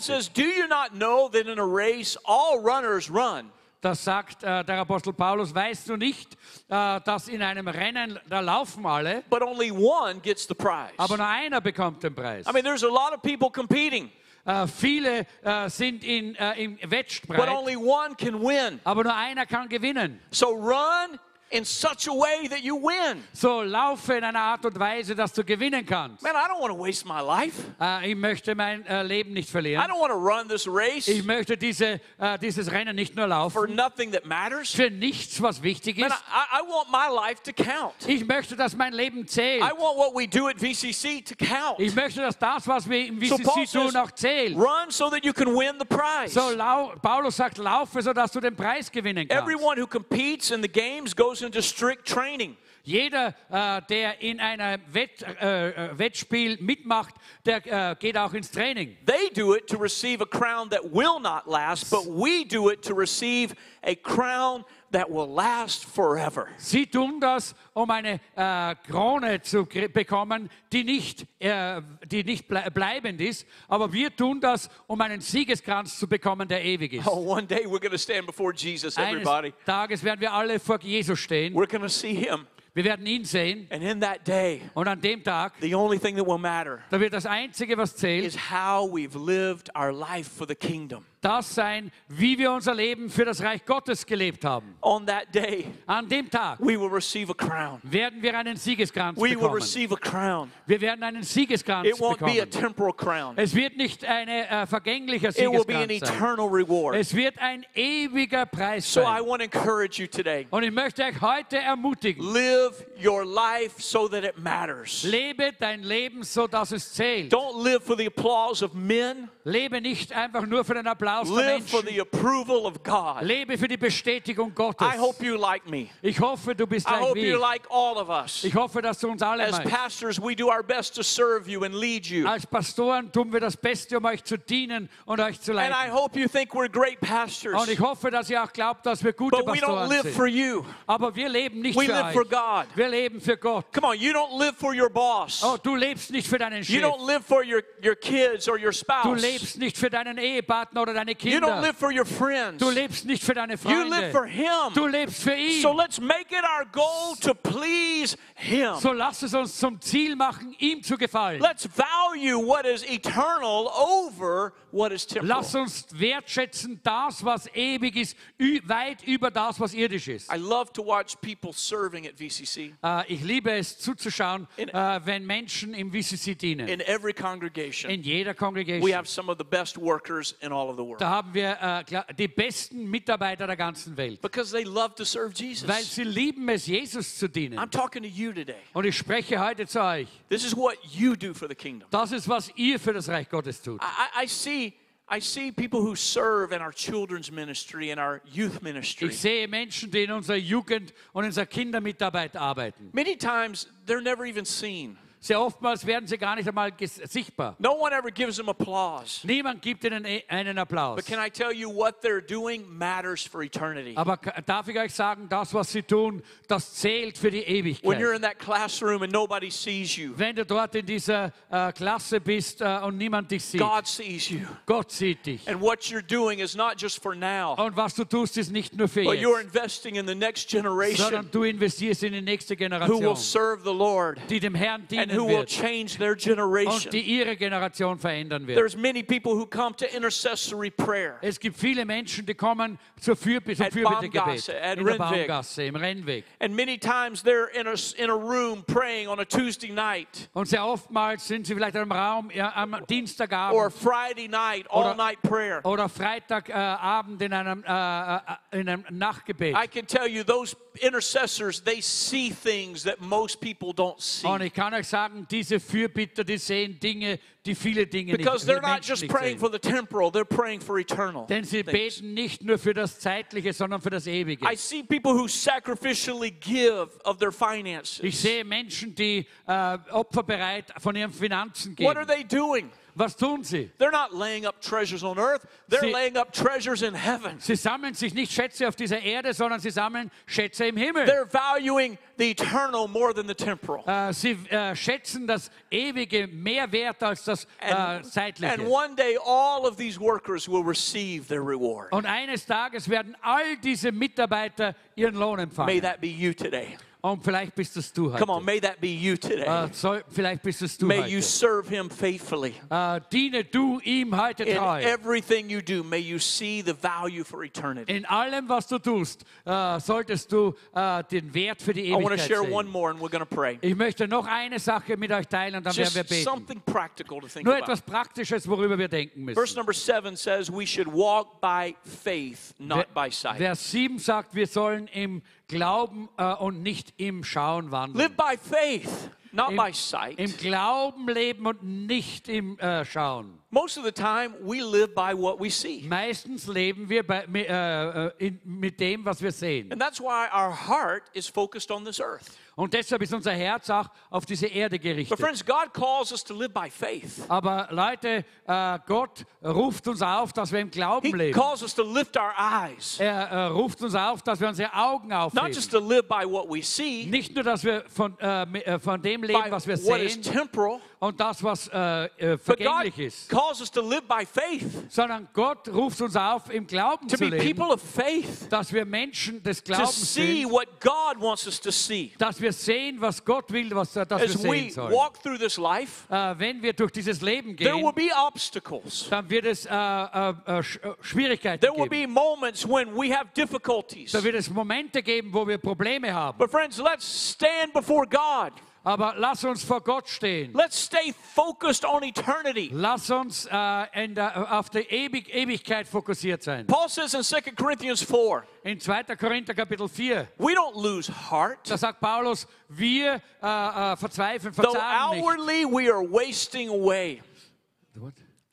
24,
says, "Do you not know that in a race all runners run,
das sagt äh, der Apostel Paulus, weißt du nicht, äh, dass in einem Rennen, da laufen alle,
but only one gets the prize?"
aber nur einer bekommt den Preis.
I mean, there's a lot of people competing,
Äh, viele äh, sind in, äh, im
but
Wettstreit,
only one can win.
aber nur einer kann gewinnen.
So run in such a way that you win.
So laufe in einer Art und Weise, dass du gewinnen kannst.
Man, I don't want to waste my life.
Äh, ich möchte mein äh, Leben nicht
I
verlieren.
don't want to run this race
Ich möchte diese, äh, dieses Rennen nicht nur
for
laufen
nothing that matters.
für nichts, was wichtig
Man,
ist.
I, I want my life to count.
Ich möchte, dass mein Leben zählt.
I want what we do at VCC to count.
Ich möchte, dass das, was wir im
So Paul
VCC
says,
tun, auch zählt.
run so that you can win the prize.
So, lau Paulus sagt, laufe, sodass du den Preis gewinnen kannst.
Everyone who competes in the games goes into strict training.
Jeder, äh, der in einem Wett, äh, äh, Wettspiel mitmacht, der äh, geht auch ins Training.
They do it to receive a crown that will not last, but we do it to receive a crown that will last forever.
Sie tun das, um eine äh, Krone zu krie- bekommen, die nicht, äh, die nicht blei- bleibend ist. Aber wir tun das, um einen Siegeskranz zu bekommen, der ewig ist.
Oh, one day we're going to stand before Jesus,
Eines
everybody.
Tages werden wir alle vor Jesus stehen.
We're going to see him.
Wir werden ihn sehen.
And in that day,
Und an dem Tag,
the only thing that will matter
da wird das Einzige, was
is
zählt,
how we've lived our life for the kingdom.
das sein, wie wir unser Leben für das Reich Gottes gelebt haben.
On that day,
An dem Tag
we will receive a crown.
werden wir einen Siegeskranz
We will
bekommen.
receive a crown.
Wir werden einen Siegeskranz
It won't be a
bekommen.
temporal crown,
Es wird nicht ein äh, vergänglicher
it will be an
Siegeskranz sein.
eternal reward.
Es wird ein ewiger Preis
So I
sein.
want to encourage you today
Und ich möchte euch heute ermutigen,
live live your life so that it matters.
Lebe dein Leben so, dass es zählt.
Don't live for the applause of men.
Lebe nicht einfach nur für den Applaus der
Live for
Menschen.
the approval of God.
Lebe für die Bestätigung Gottes.
I hope you like me.
Ich hoffe, du bist
I
gleich
hope
wie
you
ich.
like all of us.
Ich hoffe, dass du uns alle
As
meinst.
pastors, we do our best to serve you and lead you.
Als Pastoren tun wir das Beste, um euch zu dienen und euch zu
And I
leiten.
hope you think we're great pastors.
Und ich hoffe, dass ihr auch glaubt, dass wir gute
But we don't
Pastoren
live for
sind.
you.
Aber wir leben nicht
We
für
live
euch.
for God.
Wir leben für Gott.
Come on, you don't live for your boss.
Oh, du lebst nicht für deinen
You
Chef.
don't live for your, your kids or
Du
your spouse.
lebst nicht für deinen Ehepartner oder deine
You don't
Kinder.
live for your friends.
Du lebst nicht für deine
You live for
Freunde. Du
Him.
lebst für ihn.
So let's make it our goal to please Him.
So lass es uns zum Ziel machen, ihm zu gefallen.
Let's value what is eternal over what is temporal.
Lass uns wertschätzen das, was ewig ist, ü- weit über das, was irdisch ist.
I love to watch people serving at VCC
Äh, ich liebe es zuzuschauen,
In-
äh, wenn Menschen im VCC dienen.
in every congregation.
In jeder
we
Congregation.
have some of the best workers in all of the world
Da haben wir äh, klar- die besten Mitarbeiter der ganzen Welt,
because they love to serve
weil
Jesus.
sie lieben es, Jesus zu
I'm
dienen.
talking to you today.
Und ich spreche heute zu euch.
This is what you do for the kingdom.
Das ist, was ihr für das Reich Gottes tut.
I, I I see. I see people who serve in our children's ministry and our youth ministry.
Ich sehe Menschen, die in unserer Jugend und in unserer Kindermitarbeit arbeiten.
Many times they're never even seen.
Sehr oftmals werden sie gar nicht einmal ges- sichtbar.
No one ever gives them applause.
Niemand gibt ihnen e- einen Applaus.
But can I tell you what they're doing matters for eternity?
Aber ka- darf ich euch sagen, das, was sie tun, das zählt für die
When you're
Ewigkeit.
in that classroom and nobody sees you,
Wenn du dort in dieser äh, Klasse bist äh, und niemand dich sieht,
God sees you.
Gott sieht dich.
And what you're doing is not just for now,
Und was du tust, ist nicht nur für
but you're
jetzt,
investing in the next generation
sondern du investierst in die nächste
who will
Generation,
serve the Lord
die dem Herrn
and
dienen
who will
wird
change their
und die
generation.
ihre Generation verändern wird.
There's many people who come to intercessory prayer.
Es gibt viele Menschen, die kommen zur Fürb zum
At
Fürbittegebet
Baumgasse, at
in der
Rennweg.
Baumgasse, im Rennweg.
And many times they're in a, s- in a room praying on a Tuesday night
Und sehr oftmals sind sie vielleicht im Raum ja, am
or a
Dienstagabend
Friday night, all night prayer.
oder Freitagabend in einem, äh, äh, in einem Nachtgebet.
I can tell you, those intercessors, they see things that most people don't
Und
see.
ich kann euch sagen, diese Fürbitter, die sehen Dinge, die viele Dinge nicht,
Because they're not
Menschen
just
nicht sehen.
praying for the temporal, they're praying for eternal.
Denn sie
things.
beten nicht nur für das Zeitliche, sondern für das Ewige.
I see people who sacrificially give of their
Ich
finances.
sehe Menschen, die äh, opferbereit von ihren Finanzen
What are
geben.
they doing?
Was tun sie?
They're not laying up treasures on earth, they're
Sie-
laying up treasures in heaven.
Sie sammeln sich nicht Schätze auf dieser Erde, sondern sie sammeln Schätze im Himmel.
They're valuing the eternal more than the temporal.
Äh, sie äh, schätzen das Ewige mehr wert als das äh,
And, and
Zeitliche.
one day, all of these workers will receive their reward.
Und eines Tages werden all diese Mitarbeiter ihren Lohn
May
empfangen.
that be you today.
Und vielleicht bist es du
Come on,
heute.
may that be you today.
Äh, soll, vielleicht bist es du
May you
heute.
serve him faithfully.
Äh, diene du ihm heute
In
treu.
everything you do, may you see the value for eternity.
In allem, was du tust, äh, solltest du äh, den Wert für die
I want to
Ewigkeit
share one
sehen.
more and we're going to pray.
Ich möchte noch eine Sache mit euch teilen und dann werden wir
Just
beten.
something practical to think
Nur
about.
etwas Praktisches, worüber wir denken
Verse
müssen.
number seven says we should walk by faith, not by sight.
Vers 7 sagt, wir sollen im Glauben äh, und nicht im Schauen wandeln.
Live by faith, not
Im,
by
Im
sight.
Glauben leben und nicht im äh, Schauen.
Most of the time, we live by what we see.
Meistens leben wir bei, mi- äh, äh, in, mit dem, was wir sehen.
And that's why our heart is focused on this earth.
Und deshalb ist unser Herz auch auf diese Erde
But,
gerichtet.
friends, God calls us to live by faith.
Aber Leute, äh, Gott ruft uns auf, dass wir im Glauben
He
leben.
calls us to lift our eyes,
Er äh, ruft uns auf, dass wir unsere Augen
not
aufheben.
just to live by what we see,
Nicht nur, dass wir von, äh, mi- äh, von dem
by
leben, was wir
what is
sehen
temporal,
und das, was äh, äh,
but God
vergänglich ist,
calls us to live by faith,
sondern Gott ruft uns auf, im Glauben zu
to be
leben,
people of faith,
dass wir Menschen des
to
Glaubens
see
sind,
what God wants us to see.
dass wir sehen, was Gott will, was äh, dass wir
As
sehen
we
sollen.
walk through this life,
Äh, wenn wir durch dieses Leben
there will
gehen,
be obstacles.
dann wird es äh, äh, äh, Sch- äh, Schwierigkeiten
There will be
geben.
moments when we have difficulties.
Da wird es Momente geben, wo wir Probleme haben.
But friends, let's stand before God
Aber lass uns vor Gott stehen.
Let's stay focused on eternity.
Lass uns äh, in der, auf die Ewig Ewigkeit fokussiert sein.
Paul says in 2 Corinthians 4,
In 2. Korinther Kapitel 4,
we don't lose heart.
da sagt Paulus, wir äh, äh, verzweifeln,
Though
verzagen nicht.
outwardly we are wasting away.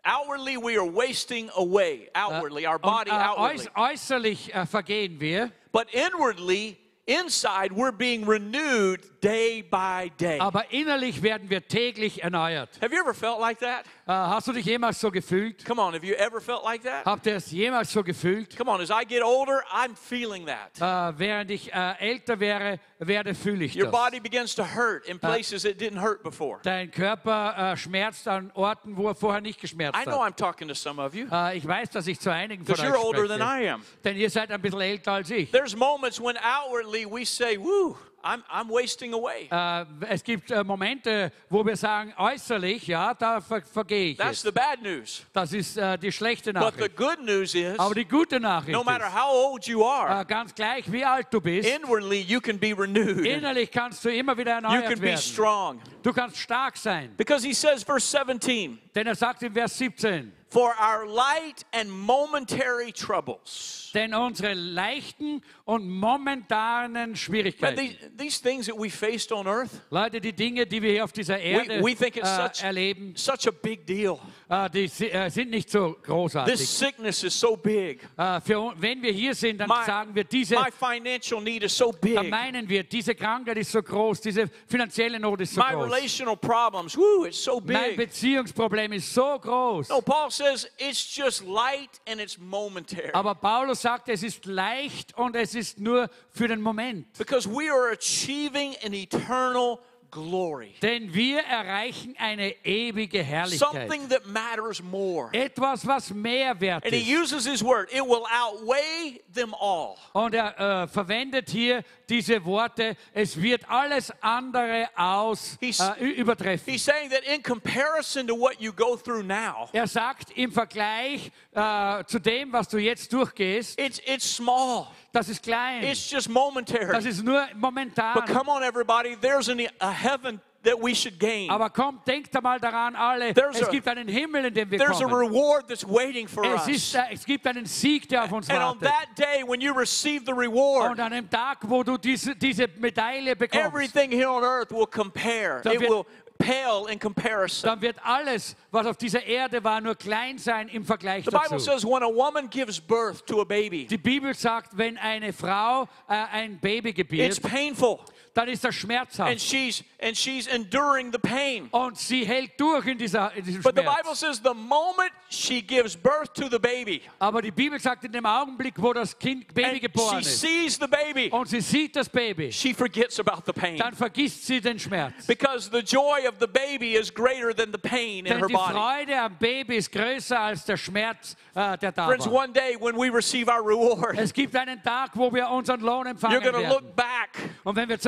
Outwardly we are wasting away. Outwardly, our
Und,
body
äh,
outwardly.
äuß äußerlich äh, vergehen wir,
But inwardly, inside, we're being renewed day by day.
aber innerlich werden wir täglich erneuert.
Have you ever felt like that?
Äh, hast du dich jemals so gefühlt?
Come on, have you ever felt like that?
Habt ihr es jemals so gefühlt?
Come on, as I get older, I'm feeling that.
Äh, während ich äh, älter wäre, werde, fühle ich
Your
das.
body begins to hurt in places it didn't hurt before.
Dein Körper äh, schmerzt an Orten, wo er vorher nicht geschmerzt
I know
hat.
I'm talking to some of you
Äh, ich weiß, dass ich zu einigen von euch
because you're older than I
spreche.
am.
Denn ihr seid ein bisschen älter als ich.
There's moments when outwardly we say, Woo, I'm, I'm wasting away.
Äh, es gibt äh, Momente, wo wir sagen, äußerlich, ja, da ver vergehe ich. Jetzt.
That's the bad news.
Das ist äh, die schlechte
But the
Nachricht.
good news is
Aber die gute Nachricht
no matter
ist,
how old you
äh,
are,
ganz gleich, wie alt du bist,
inwardly you can be renewed. You
innerlich kannst du immer wieder
can
erneuert
be
werden.
strong.
Du kannst stark sein.
Because he says, verse 17,
Denn er sagt in Vers 17,
for our light and momentary troubles.
denn unsere leichten und momentanen
Man,
Schwierigkeiten,
these, these things that we faced on earth,
Leute, die Dinge, die wir hier auf dieser Erde
we think it's
äh,
such-
erleben,
such a big deal.
äh, die si- äh, sind nicht so
This
großartig.
sickness is so big.
Äh, für, un- wenn wir hier sind, dann
My,
sagen wir, diese,
my financial need is so
dann
big.
meinen wir, diese Krankheit ist so groß, diese finanzielle Not ist so
My
groß.
relational problems, woo, it's so
Mein
big.
Beziehungsproblem ist so groß.
No, Paul says it's just light and it's momentary.
Aber Paulus sagt, es ist leicht und es ist nur für den Moment.
Because we are achieving an eternal glory.
Denn wir erreichen eine ewige Herrlichkeit.
Something that matters more.
Etwas, was mehr wert
And he
ist.
uses his word, it will outweigh them all.
Und er äh, verwendet hier diese Worte, es wird alles andere aus
He's-
äh, ü- übertreffen.
He's saying that in comparison to what you go through now,
Er sagt im Vergleich äh, zu dem, was du jetzt durchgehst,
it's, it's small,
das ist klein,
it's just momentary.
das ist nur momentan.
But come on, everybody, there's an, a heaven that we should gain.
Aber kommt, denkt einmal daran, alle,
There's
es
a-
gibt einen Himmel, in den wir
There's a
kommen.
reward that's waiting for
Es, ist,
us.
äh, es gibt einen Sieg, der auf uns
And on
wartet.
that day, when you receive the
Und
reward,
an dem Tag, wo du diese, diese Medaille bekommst,
everything here on earth will compare.
Dann
It
wird-
will pale in comparison.
dann wird alles, was auf dieser Erde war, nur klein sein im Vergleich
The Bible
dazu.
says when a woman gives birth to a baby,
Die Bibel sagt, wenn eine Frau äh, ein Baby
it's
gebiert,
painful,
dann ist das
and
schmerzhaft.
she's and she's enduring the pain.
Und sie hält durch in, dieser, in diesem
But the Bible
Schmerz.
says the moment she gives birth to the baby,
Aber die Bibel sagt, in dem Augenblick, wo das Kind Baby
and
geboren
she
ist
sees the baby,
und sie sieht das Baby,
she forgets about the pain.
dann vergisst sie den Schmerz.
Because the joy of the baby is greater than the pain in
Denn
her
die
body.
Freude am Baby ist größer als der Schmerz, äh, der da
Friends,
war.
one day when we receive our reward,
Es gibt einen Tag, wo wir unseren Lohn empfangen
you're going to
werden.
look back
Und wenn wir
and you're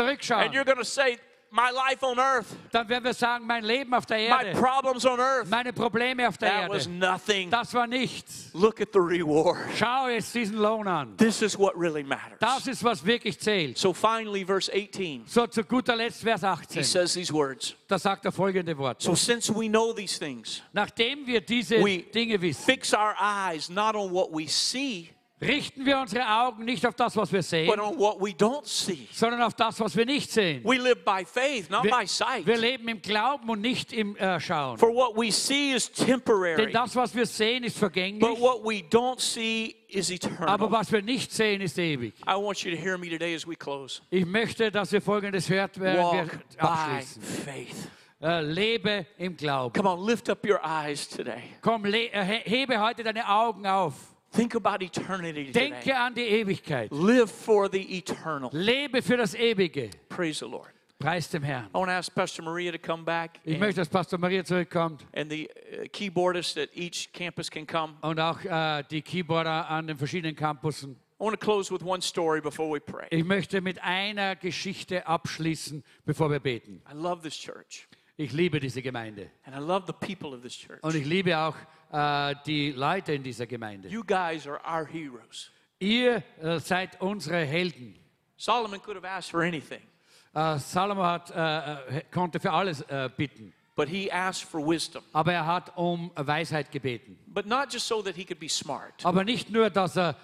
zurückschauen,
going to say, My life on earth,
dann werden wir sagen, mein Leben auf der
my
Erde,
problems on earth,
meine Probleme auf der
that was
Erde,
nothing.
das war nichts.
Look at the reward.
Schau jetzt diesen Lohn an.
This is what really matters.
Das ist, was wirklich zählt.
So finally, verse 18,
So zu guter Letzt Vers
he
18.
says these words
Da sagt er folgende Worte.
So since we know these things,
Nachdem wir diese
We-
Dinge wissen,
fix our eyes not on what we see,
richten wir unsere Augen nicht auf das, was wir
but
sehen,
on what we don't see.
sondern auf das, was wir nicht sehen.
We live by faith, not by sight.
Wir leben im Glauben und nicht im äh, Schauen.
For what we see is
Denn
temporary.
das, was wir sehen, ist vergänglich,
But what we don't see is
aber
eternal.
was wir nicht sehen, ist ewig.
I want you to hear me today as we close.
Ich möchte, dass ihr Folgendes hört, während
Walk
wir
by
abschließen.
faith.
Äh, lebe im Glauben.
Come on, lift up your eyes today.
Komm, le äh, he- hebe heute deine Augen auf.
Think about eternity today.
Denke an die Ewigkeit.
Live for the eternal.
Lebe für das Ewige.
Praise the Lord.
Preis dem Herrn.
I want to ask Pastor Maria to come back
Ich
and,
möchte, dass Pastor Maria zurückkommt
and the uh, keyboardist at each campus can come.
und auch äh, die Keyboarder an den verschiedenen Campussen.
I want to close with one story before we pray.
Ich möchte mit einer Geschichte abschließen, bevor wir beten.
I love this church
Ich liebe diese Gemeinde
and I love the people of this church.
und ich liebe auch äh, die Leute in dieser Gemeinde.
You guys are our heroes.
Ihr äh, seid unsere Helden.
Solomon could have asked for anything.
Äh, Äh, Salomo hat, äh, äh, konnte für alles äh, bitten,
but he asked for wisdom.
aber er hat um Weisheit gebeten.
But not just so that he could be smart.
Aber nicht nur, dass er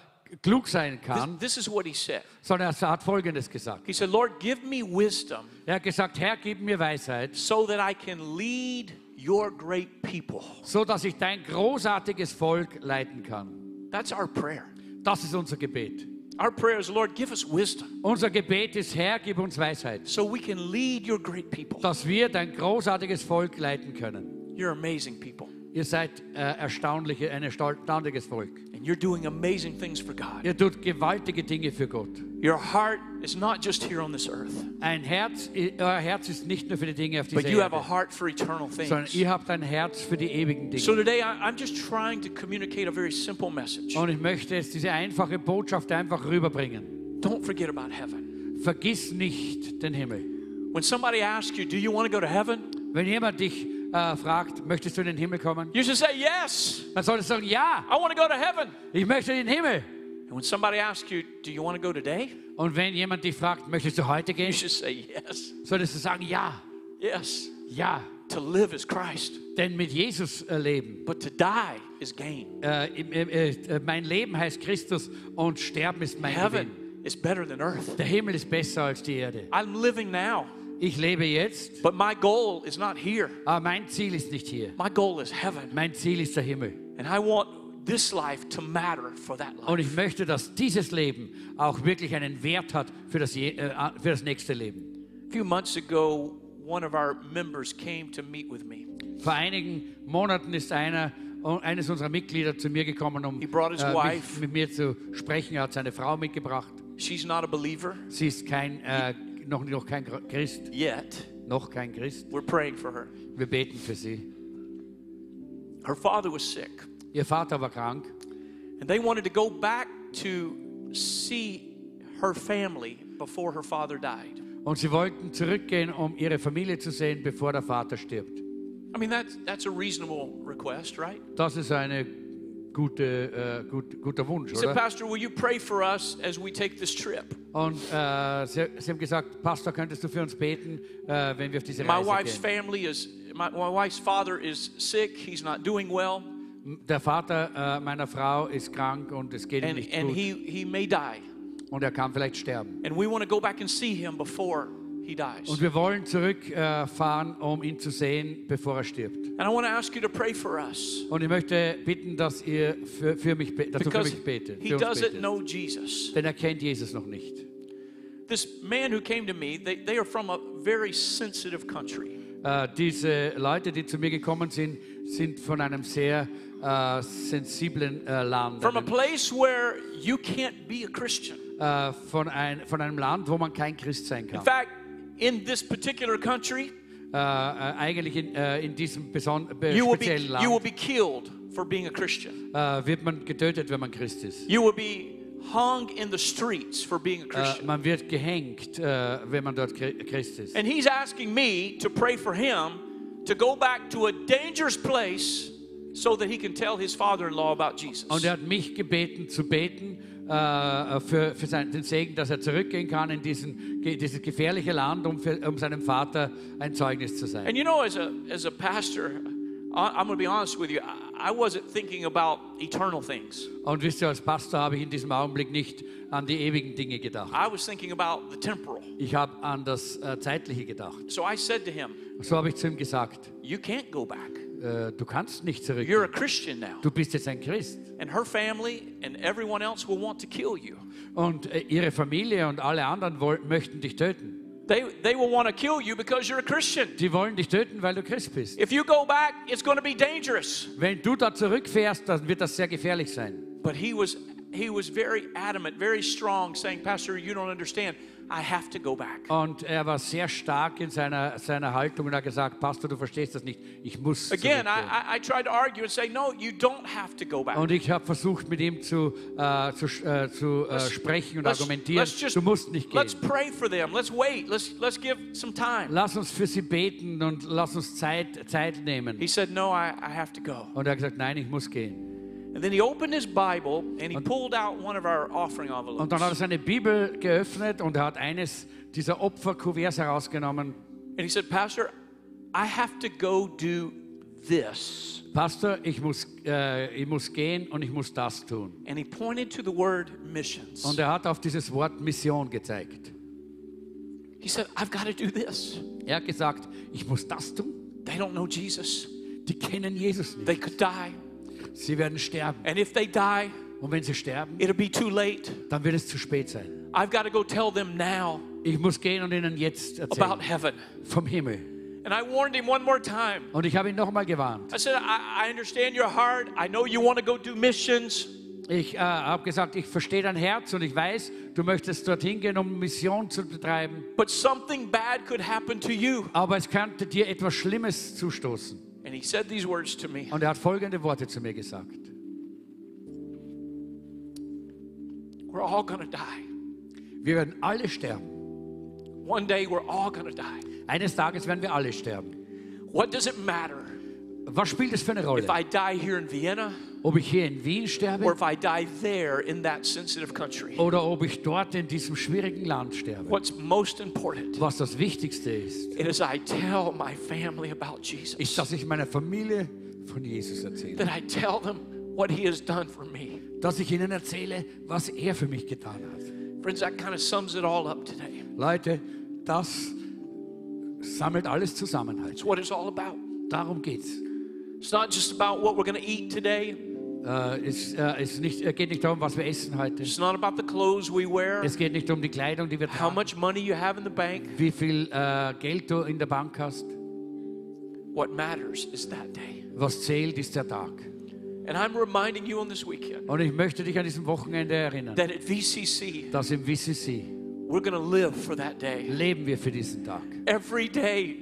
klug sein
This,
kann,
this is what he said.
sondern er hat Folgendes gesagt.
He said, Lord, give me wisdom
Er hat gesagt, Herr, gib mir Weisheit,
so that I can lead your great people.
so dass ich dein großartiges Volk leiten kann.
That's our prayer.
Das ist unser Gebet.
Our prayer is, Lord, give us wisdom
Unser Gebet ist, Herr, gib uns Weisheit,
so we can lead your great people.
dass wir dein großartiges Volk leiten können.
You're amazing people,
Ihr seid äh, erstaunliche, ein erstaunliches Volk.
and you're doing amazing things for God.
Ihr tut gewaltige Dinge für Gott.
Your heart is not just here on this earth,
Ein Herz, i- euer Herz ist nicht nur für die Dinge auf dieser
but you have a
Erde,
heart for eternal
sondern
things.
ihr habt ein Herz für die ewigen
So
Dinge.
today, I, I'm just trying to communicate a very simple message.
Und ich möchte jetzt diese einfache Botschaft einfach rüberbringen.
Don't forget about heaven.
Vergiss nicht den Himmel.
When somebody asks you, Do you want to go to heaven?
Wenn jemand dich äh, fragt, möchtest du in den Himmel kommen?
You should say, Yes,
Dann solltest du sagen, ja,
I want to go to heaven.
ich möchte in den Himmel.
And when somebody asks you, Do you want to go today?
Und wenn jemand dich fragt, möchtest du heute
You
gehen?
should say, Yes,
Solltest du sagen, ja,
yes.
ja.
To live is Christ,
Denn mit Jesus äh, leben.
but to die is gain.
Äh, im- im- äh, äh, mein Leben heißt Christus und Sterben ist mein Gewinn.
Heaven is better than earth.
Der Himmel ist besser als die Erde.
I'm living now,
Ich lebe jetzt,
but my goal is not here.
aber mein Ziel ist nicht hier.
My goal is heaven.
Mein Ziel ist der Himmel.
And I want this life to matter for that
Und
life.
ich möchte, dass dieses Leben auch wirklich einen Wert hat für das, je, äh, für das nächste Leben.
A few months ago, one of our members came to meet with me.
Vor einigen Monaten ist einer, äh, eines unserer Mitglieder zu mir gekommen, um
He brought his
äh, mich,
wife.
mit mir zu sprechen. Er hat seine Frau mitgebracht.
She's not a believer
Sie ist kein, äh, noch, noch kein Gr- Christ,
yet.
noch kein Christ.
We're praying for her.
Wir beten für sie.
Her father was sick,
Ihr Vater war krank
and they wanted to go back to see her family before her father died.
und sie wollten zurückgehen, um ihre Familie zu sehen, bevor der Vater stirbt.
I mean, that's, that's a reasonable request, right?
Das ist eine gute, äh, gut, guter Wunsch,
He said,
oder?
Pastor, will you pray for us as we take this trip?
Und äh, sie, sie haben gesagt, Pastor, könntest du für uns beten, äh, wenn wir auf diese
My
Reise
wife's
gehen?
family is, my, my wife's father is sick. He's not doing well,
Der Vater äh, meiner Frau ist krank und es geht ihm
and,
nicht
and
gut
he, he may die.
und er kann vielleicht sterben.
And we want to go back and see him before he dies.
Und wir wollen zurückfahren, um ihn zu sehen, bevor er stirbt.
And I want to ask you to pray for us
Und ich möchte bitten, dass ihr für, für mich, be- dass du für
because
mich betet,
he
für uns
doesn't
betet.
know Jesus.
Denn er kennt Jesus noch nicht.
This man who came to me, they, they are from a very sensitive country.
Äh, diese Leute, die zu mir gekommen sind, sind von einem sehr äh, sensiblen äh, Land,
From a
einem,
place where you can't be a Christian.
äh, von, ein, von einem Land, wo man kein Christ sein
In
kann.
fact, in this particular country,
Äh, äh, eigentlich in, äh, in diesem beson be
you will be,
speziellen
you
Land
will be killed for being a Christian.
äh, wird man getötet, wenn man Christ ist.
You will be hung in the streets for being a
Äh,
Christian.
man wird gehängt, äh, wenn man dort Chri- Christ ist.
And he's asking me to pray for him to go back to a dangerous place so that he can tell his father in law about Jesus.
Und er hat mich gebeten zu beten äh, für, für sein, den Segen, dass er zurückgehen kann in diesen, ge- dieses gefährliche Land, um, für, um seinem Vater ein Zeugnis zu sein.
And you know, as a as a pastor, I, I'm going to be honest with you. I, I wasn't thinking about eternal things.
Und wisst ihr, als Pastor habe ich in diesem Augenblick nicht an die ewigen Dinge gedacht.
I was thinking about the temporal.
Ich habe an das äh, Zeitliche gedacht.
So I said to him,
So habe ich zu ihm gesagt,
"You can't go back.
äh, du kannst nicht zurück.
You're a Christian now,
Du bist jetzt ein Christ.
and her family and everyone else will want to kill you.
Und äh, ihre Familie und alle anderen woll- möchten dich töten.
They they will want to kill you because you're a Christian.
Die wollen dich töten, weil du Christ bist.
If you go back, it's going to be dangerous."
Wenn du da zurückfährst, dann wird das sehr gefährlich sein.
But he was he was very adamant, very strong, saying, "Pastor, you don't understand. I have to go back."
Und er war sehr stark in seiner, seiner Haltung und hat gesagt, Pastor, du verstehst das nicht, ich muss
Again, I,
zurückgehen.
I, I tried to argue and say, "No, you don't have to go back."
Und ich habe versucht, mit ihm zu, äh, zu, sch- äh, zu äh, sprechen und argumentieren, du musst nicht gehen.
Let's pray for them. Let's wait. Let's let's give some time.
Lass uns für sie beten und lass uns Zeit, Zeit nehmen.
He said, "No, I, I have to go."
Und er hat gesagt, nein, ich muss gehen.
And then he opened his Bible and he pulled out one of our offering envelopes.
Und dann hat er seine Bibel geöffnet und er hat eines dieser Opferkuverts herausgenommen.
And he said, Pastor, I have to go do this.
Pastor, ich muss, äh, ich muss gehen und ich muss das tun.
And he pointed to the word missions.
Und er hat auf dieses Wort Mission gezeigt.
He said, I've got to do this.
Er hat gesagt, ich muss das tun.
They don't know Jesus.
Die kennen Jesus nicht.
They could die.
Sie werden sterben.
And if they die,
Und wenn sie sterben,
it'll be too late.
dann wird es zu spät sein.
I've got to go tell them now
Ich muss gehen und ihnen jetzt erzählen
about heaven.
vom Himmel.
And I warned him one more time.
Und ich habe ihn nochmal gewarnt.
I said, I, I understand your heart. I know you want to go do missions.
Ich äh, habe gesagt, ich verstehe dein Herz und ich weiß, du möchtest dorthin gehen, um Mission zu betreiben.
But something bad could happen to you.
Aber es könnte dir etwas Schlimmes zustoßen.
And he said these words to me
Und er hat folgende Worte zu mir gesagt.
We're all going to die.
Wir werden alle sterben.
One day we're all going to die.
Eines Tages werden wir alle sterben.
What does it matter
Was spielt es für eine
if
Rolle?
I die here in Vienna
Ob ich hier in Wien
or
sterbe
if I die there in that sensitive country?
oder ob ich dort in diesem schwierigen Land sterbe?
What's most important
Was das Wichtigste ist,
is I tell my family about Jesus.
ist, dass ich meiner Familie von Jesus erzähle.
that I tell them what he has done for me.
Dass ich ihnen erzähle, was er für mich getan hat.
Friends, that kind of sums it all up today.
Leute, das sammelt alles zusammen.
It's
Halt.
what it's all about.
Darum geht's.
It's not just about what we're going to eat today.
Äh, es äh, es nicht, äh, geht nicht darum, was wir essen heute.
It's not about the clothes we wear,
Es geht nicht um die Kleidung, die wir
how
tragen,
much money you have in the bank.
wie viel äh, Geld du in der Bank hast.
What matters is that day.
Was zählt, ist der Tag.
And I'm reminding you on this weekend
Und ich möchte dich an diesem Wochenende erinnern,
that at VCC,
dass im WCC
we're going to live for that day.
leben wir für diesen Tag.
Every day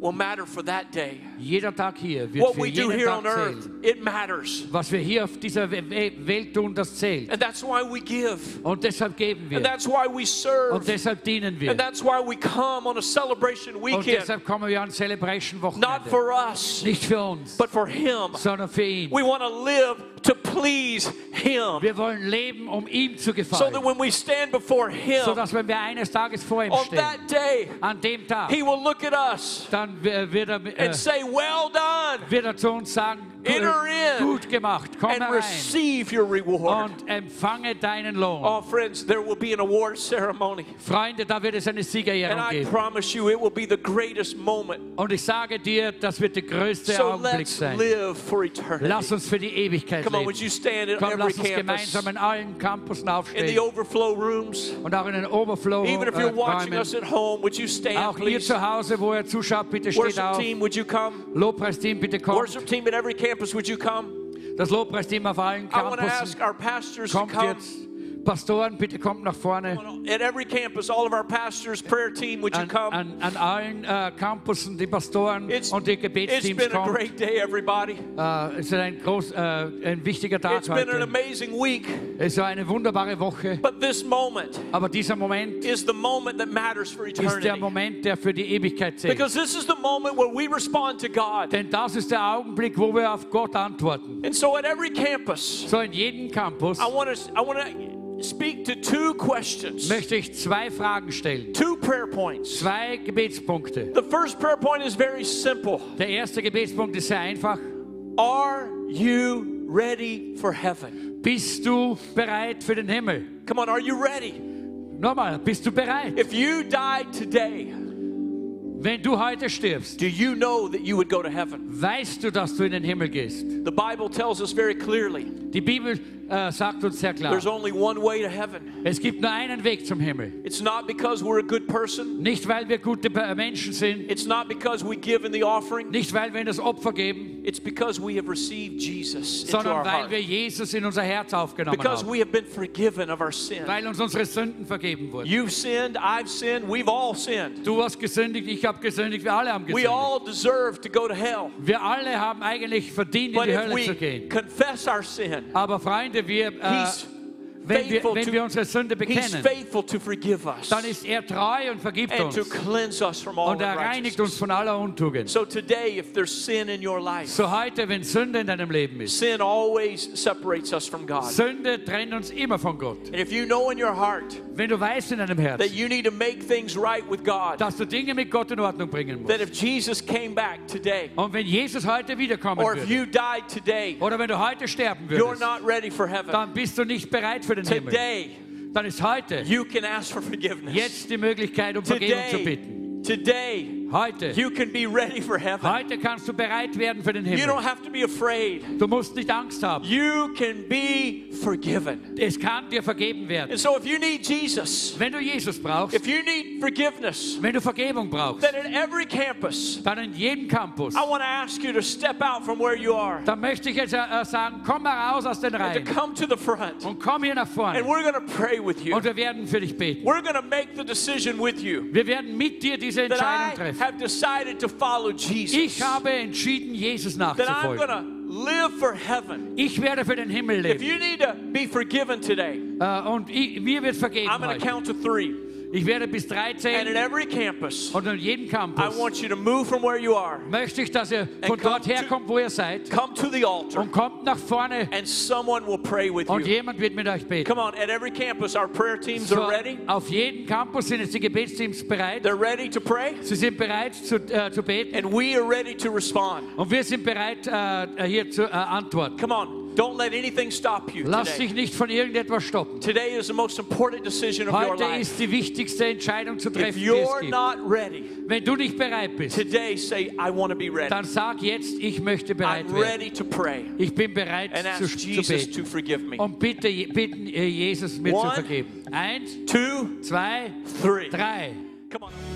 will matter for that day.
Jeder Tag hier wird
What
für
we do
jeden
here on
Tag
earth,
zählen.
it matters.
Was wir hier auf dieser We- We- Welt tun, das zählt.
And that's why we give.
Und deshalb geben
And
wir.
that's why we
Und
serve.
deshalb dienen wir.
And that's why we come on a celebration
Und
weekend.
deshalb kommen wir an Celebration
not
Wochenende.
for us,
Nicht für uns,
but for Him.
sondern für ihn.
We want to live to please Him
Wir wollen leben, um ihm zu
so that
gefallen.
when we stand before
So
Him
dass wenn wir eines Tages vor ihm
on
stehen,
that day,
an dem Tag,
He will look at us
dann w- wird er,
and
äh,
say, Well done,
wird er zu uns sagen, "Gu-
Enter in
gut gemacht, komm
and
herein
receive your reward.
und empfange deinen Lohn.
Oh, friends, there will be an award ceremony.
Freunde, da wird es eine
And
Siegerehrung
I
geben.
promise you, it will be the greatest moment.
Und ich sage dir, das wird der größte
So
Augenblick
let's
sein.
live for
Lass
eternity.
uns für die Ewigkeit
Come on, would
leben.
you stand at
Komm,
every
lass uns
campus,
gemeinsam in allen Campusen
in
aufstehen
the overflow rooms?
und auch in den Overflow
Even if you're
äh,
watching us
Räumen.
at home, would you stand,
Auch ihr
please?
zu Hause, wo ihr zuschaut, bitte steht
Worship
auf.
team, would you come?
Lobpreisteam, bitte kommt.
Worship team at every campus, would you come?
Das Lobpreisteam auf allen
I want to ask
Campusen
our pastors to
kommt
come.
jetzt. Pastoren, bitte kommt nach vorne.
At every campus, all of our pastors, prayer team, would you
an,
come?
an, an allen äh, Campusen, die Pastoren
It's,
und die
it's
Gebetsteams
been a
kommen.
great day, everybody.
Äh, es ist ein, groß, äh, ein wichtiger Tag
It's been
heute.
an amazing week,
Es war eine wunderbare Woche,
but this moment
aber dieser Moment
is the moment that matters for
ist der
eternity.
Moment, der für die Ewigkeit zählt.
Because this is the moment where we respond to God.
Denn das ist der Augenblick, wo wir auf Gott antworten.
And so at every campus,
So in jedem Campus
I want to I want to speak to two questions,
möchte ich zwei Fragen stellen,
two prayer points.
zwei Gebetspunkte.
The first prayer point is very simple.
Der erste Gebetspunkt ist sehr einfach.
Are you ready for heaven?
Bist du bereit für den Himmel?
Come on, are you ready?
Nochmal, bist du bereit?
If you died today,
Wenn du heute stirbst,
do you know that you would go to heaven?
weißt du, dass du in den Himmel gehst.
The Bible tells us very clearly
Die Bibel äh, sagt uns sehr klar,
there's only one way to heaven.
es gibt nur einen Weg zum Himmel.
It's not because we're a good person,
Nicht, weil wir gute Pe- Menschen sind,
it's not because we give in the offering,
nicht, weil wir in das Opfer geben,
it's because we have received Jesus into
sondern
our
weil
heart.
wir Jesus in unser Herz aufgenommen
Because
haben.
we have been forgiven of our sin.
Weil uns unsere Sünden vergeben wurden.
You've sinned, I've sinned, we've all sinned.
Du hast gesündigt, ich habe gesündigt, wir alle haben
We
gesündigt.
all deserve to go to hell.
Wir alle haben eigentlich verdient, in
But
die
if
Hölle zu
we
gehen.
confess our sin,
Aber Freunde, wir, äh,
He's
Wenn wir,
faithful
wenn wir
to,
unsere Sünde
he's
bekennen,
faithful to forgive us
dann ist er treu und vergibt
and
uns.
to cleanse us from all
Und er reinigt uns
unrighteousness.
von aller Untugend.
So today, if there's sin in your life,
So heute, wenn Sünde in deinem Leben ist,
sin always separates us from God.
Sünde trennt uns immer von Gott.
And if you know in your heart
Wenn du weißt in deinem
that
Herzen,
you need to make things right with God,
dass du Dinge mit Gott in Ordnung bringen
that
musst.
if Jesus came back today,
Und wenn Jesus heute wiederkommen
or if
würde,
you died today,
oder wenn du heute sterben
you're
würdest,
not ready for heaven.
dann bist du nicht bereit für den Himmel.
Today,
Dann ist heute
you can ask for forgiveness.
jetzt die Möglichkeit, um Vergebung zu bitten.
Today, today,
Heute.
you can be ready for heaven.
Heute kannst du bereit werden für den
You don't
Himmel.
have to be afraid.
Du musst nicht Angst haben.
You can be forgiven.
Es kann dir vergeben werden.
And so, if you need Jesus,
Wenn du Jesus brauchst,
if you need forgiveness,
wenn du Vergebung brauchst,
then at every campus,
dann in jedem Campus,
I want to ask you to step out from where you are
dann möchte ich jetzt äh, sagen, komm heraus aus den
and to
Reihen
come to the front.
und komm hier nach
And
vorne
we're going to pray with you.
und wir werden für dich beten.
We're going to make the decision with you
Wir werden mit dir diese
that
Entscheidung
I
treffen.
have decided to follow Jesus.
Ich habe entschieden, Jesus
That I'm going
nachzufolgen.
to live for heaven.
Ich werde für den Himmel
If
leben.
you need to be forgiven today,
Äh, und ich, mir wird vergeben
I'm going to
heute.
count to three.
Ich werde bis
And
13
at every campus,
und an jedem
I
Campus
want you to move from where you are,
möchte ich, dass ihr von
come
dort her
to-
kommt, wo ihr seid
come to the altar,
und kommt nach vorne
and someone will pray with
und
you.
jemand wird mit euch beten.
Come on, at every campus, our prayer teams
So,
are ready.
auf jedem Campus sind jetzt die Gebetsteams bereit.
They're ready to pray,
Sie sind bereit zu, äh, zu beten
and we are ready to respond.
und wir sind bereit, äh, hier zu äh, antworten.
Come on, don't let anything stop you
Lass
today.
dich nicht von irgendetwas stoppen.
Today is the most important decision of your
Heute
life.
ist die wichtigste Entscheidung zu
If
treffen, die es
you're
gibt.
not ready,
Wenn du nicht bereit bist,
today say, I want to be ready.
dann sag jetzt, ich möchte bereit
I'm
werden.
ready to pray
Ich bin bereit
and
zu,
ask
zu
Jesus
beten.
to Oh. forgive me.
Und bitte je- bitten, äh, Jesus mir zu
One,
vergeben. Eins,
Two,
zwei,
three.
drei.
Come on.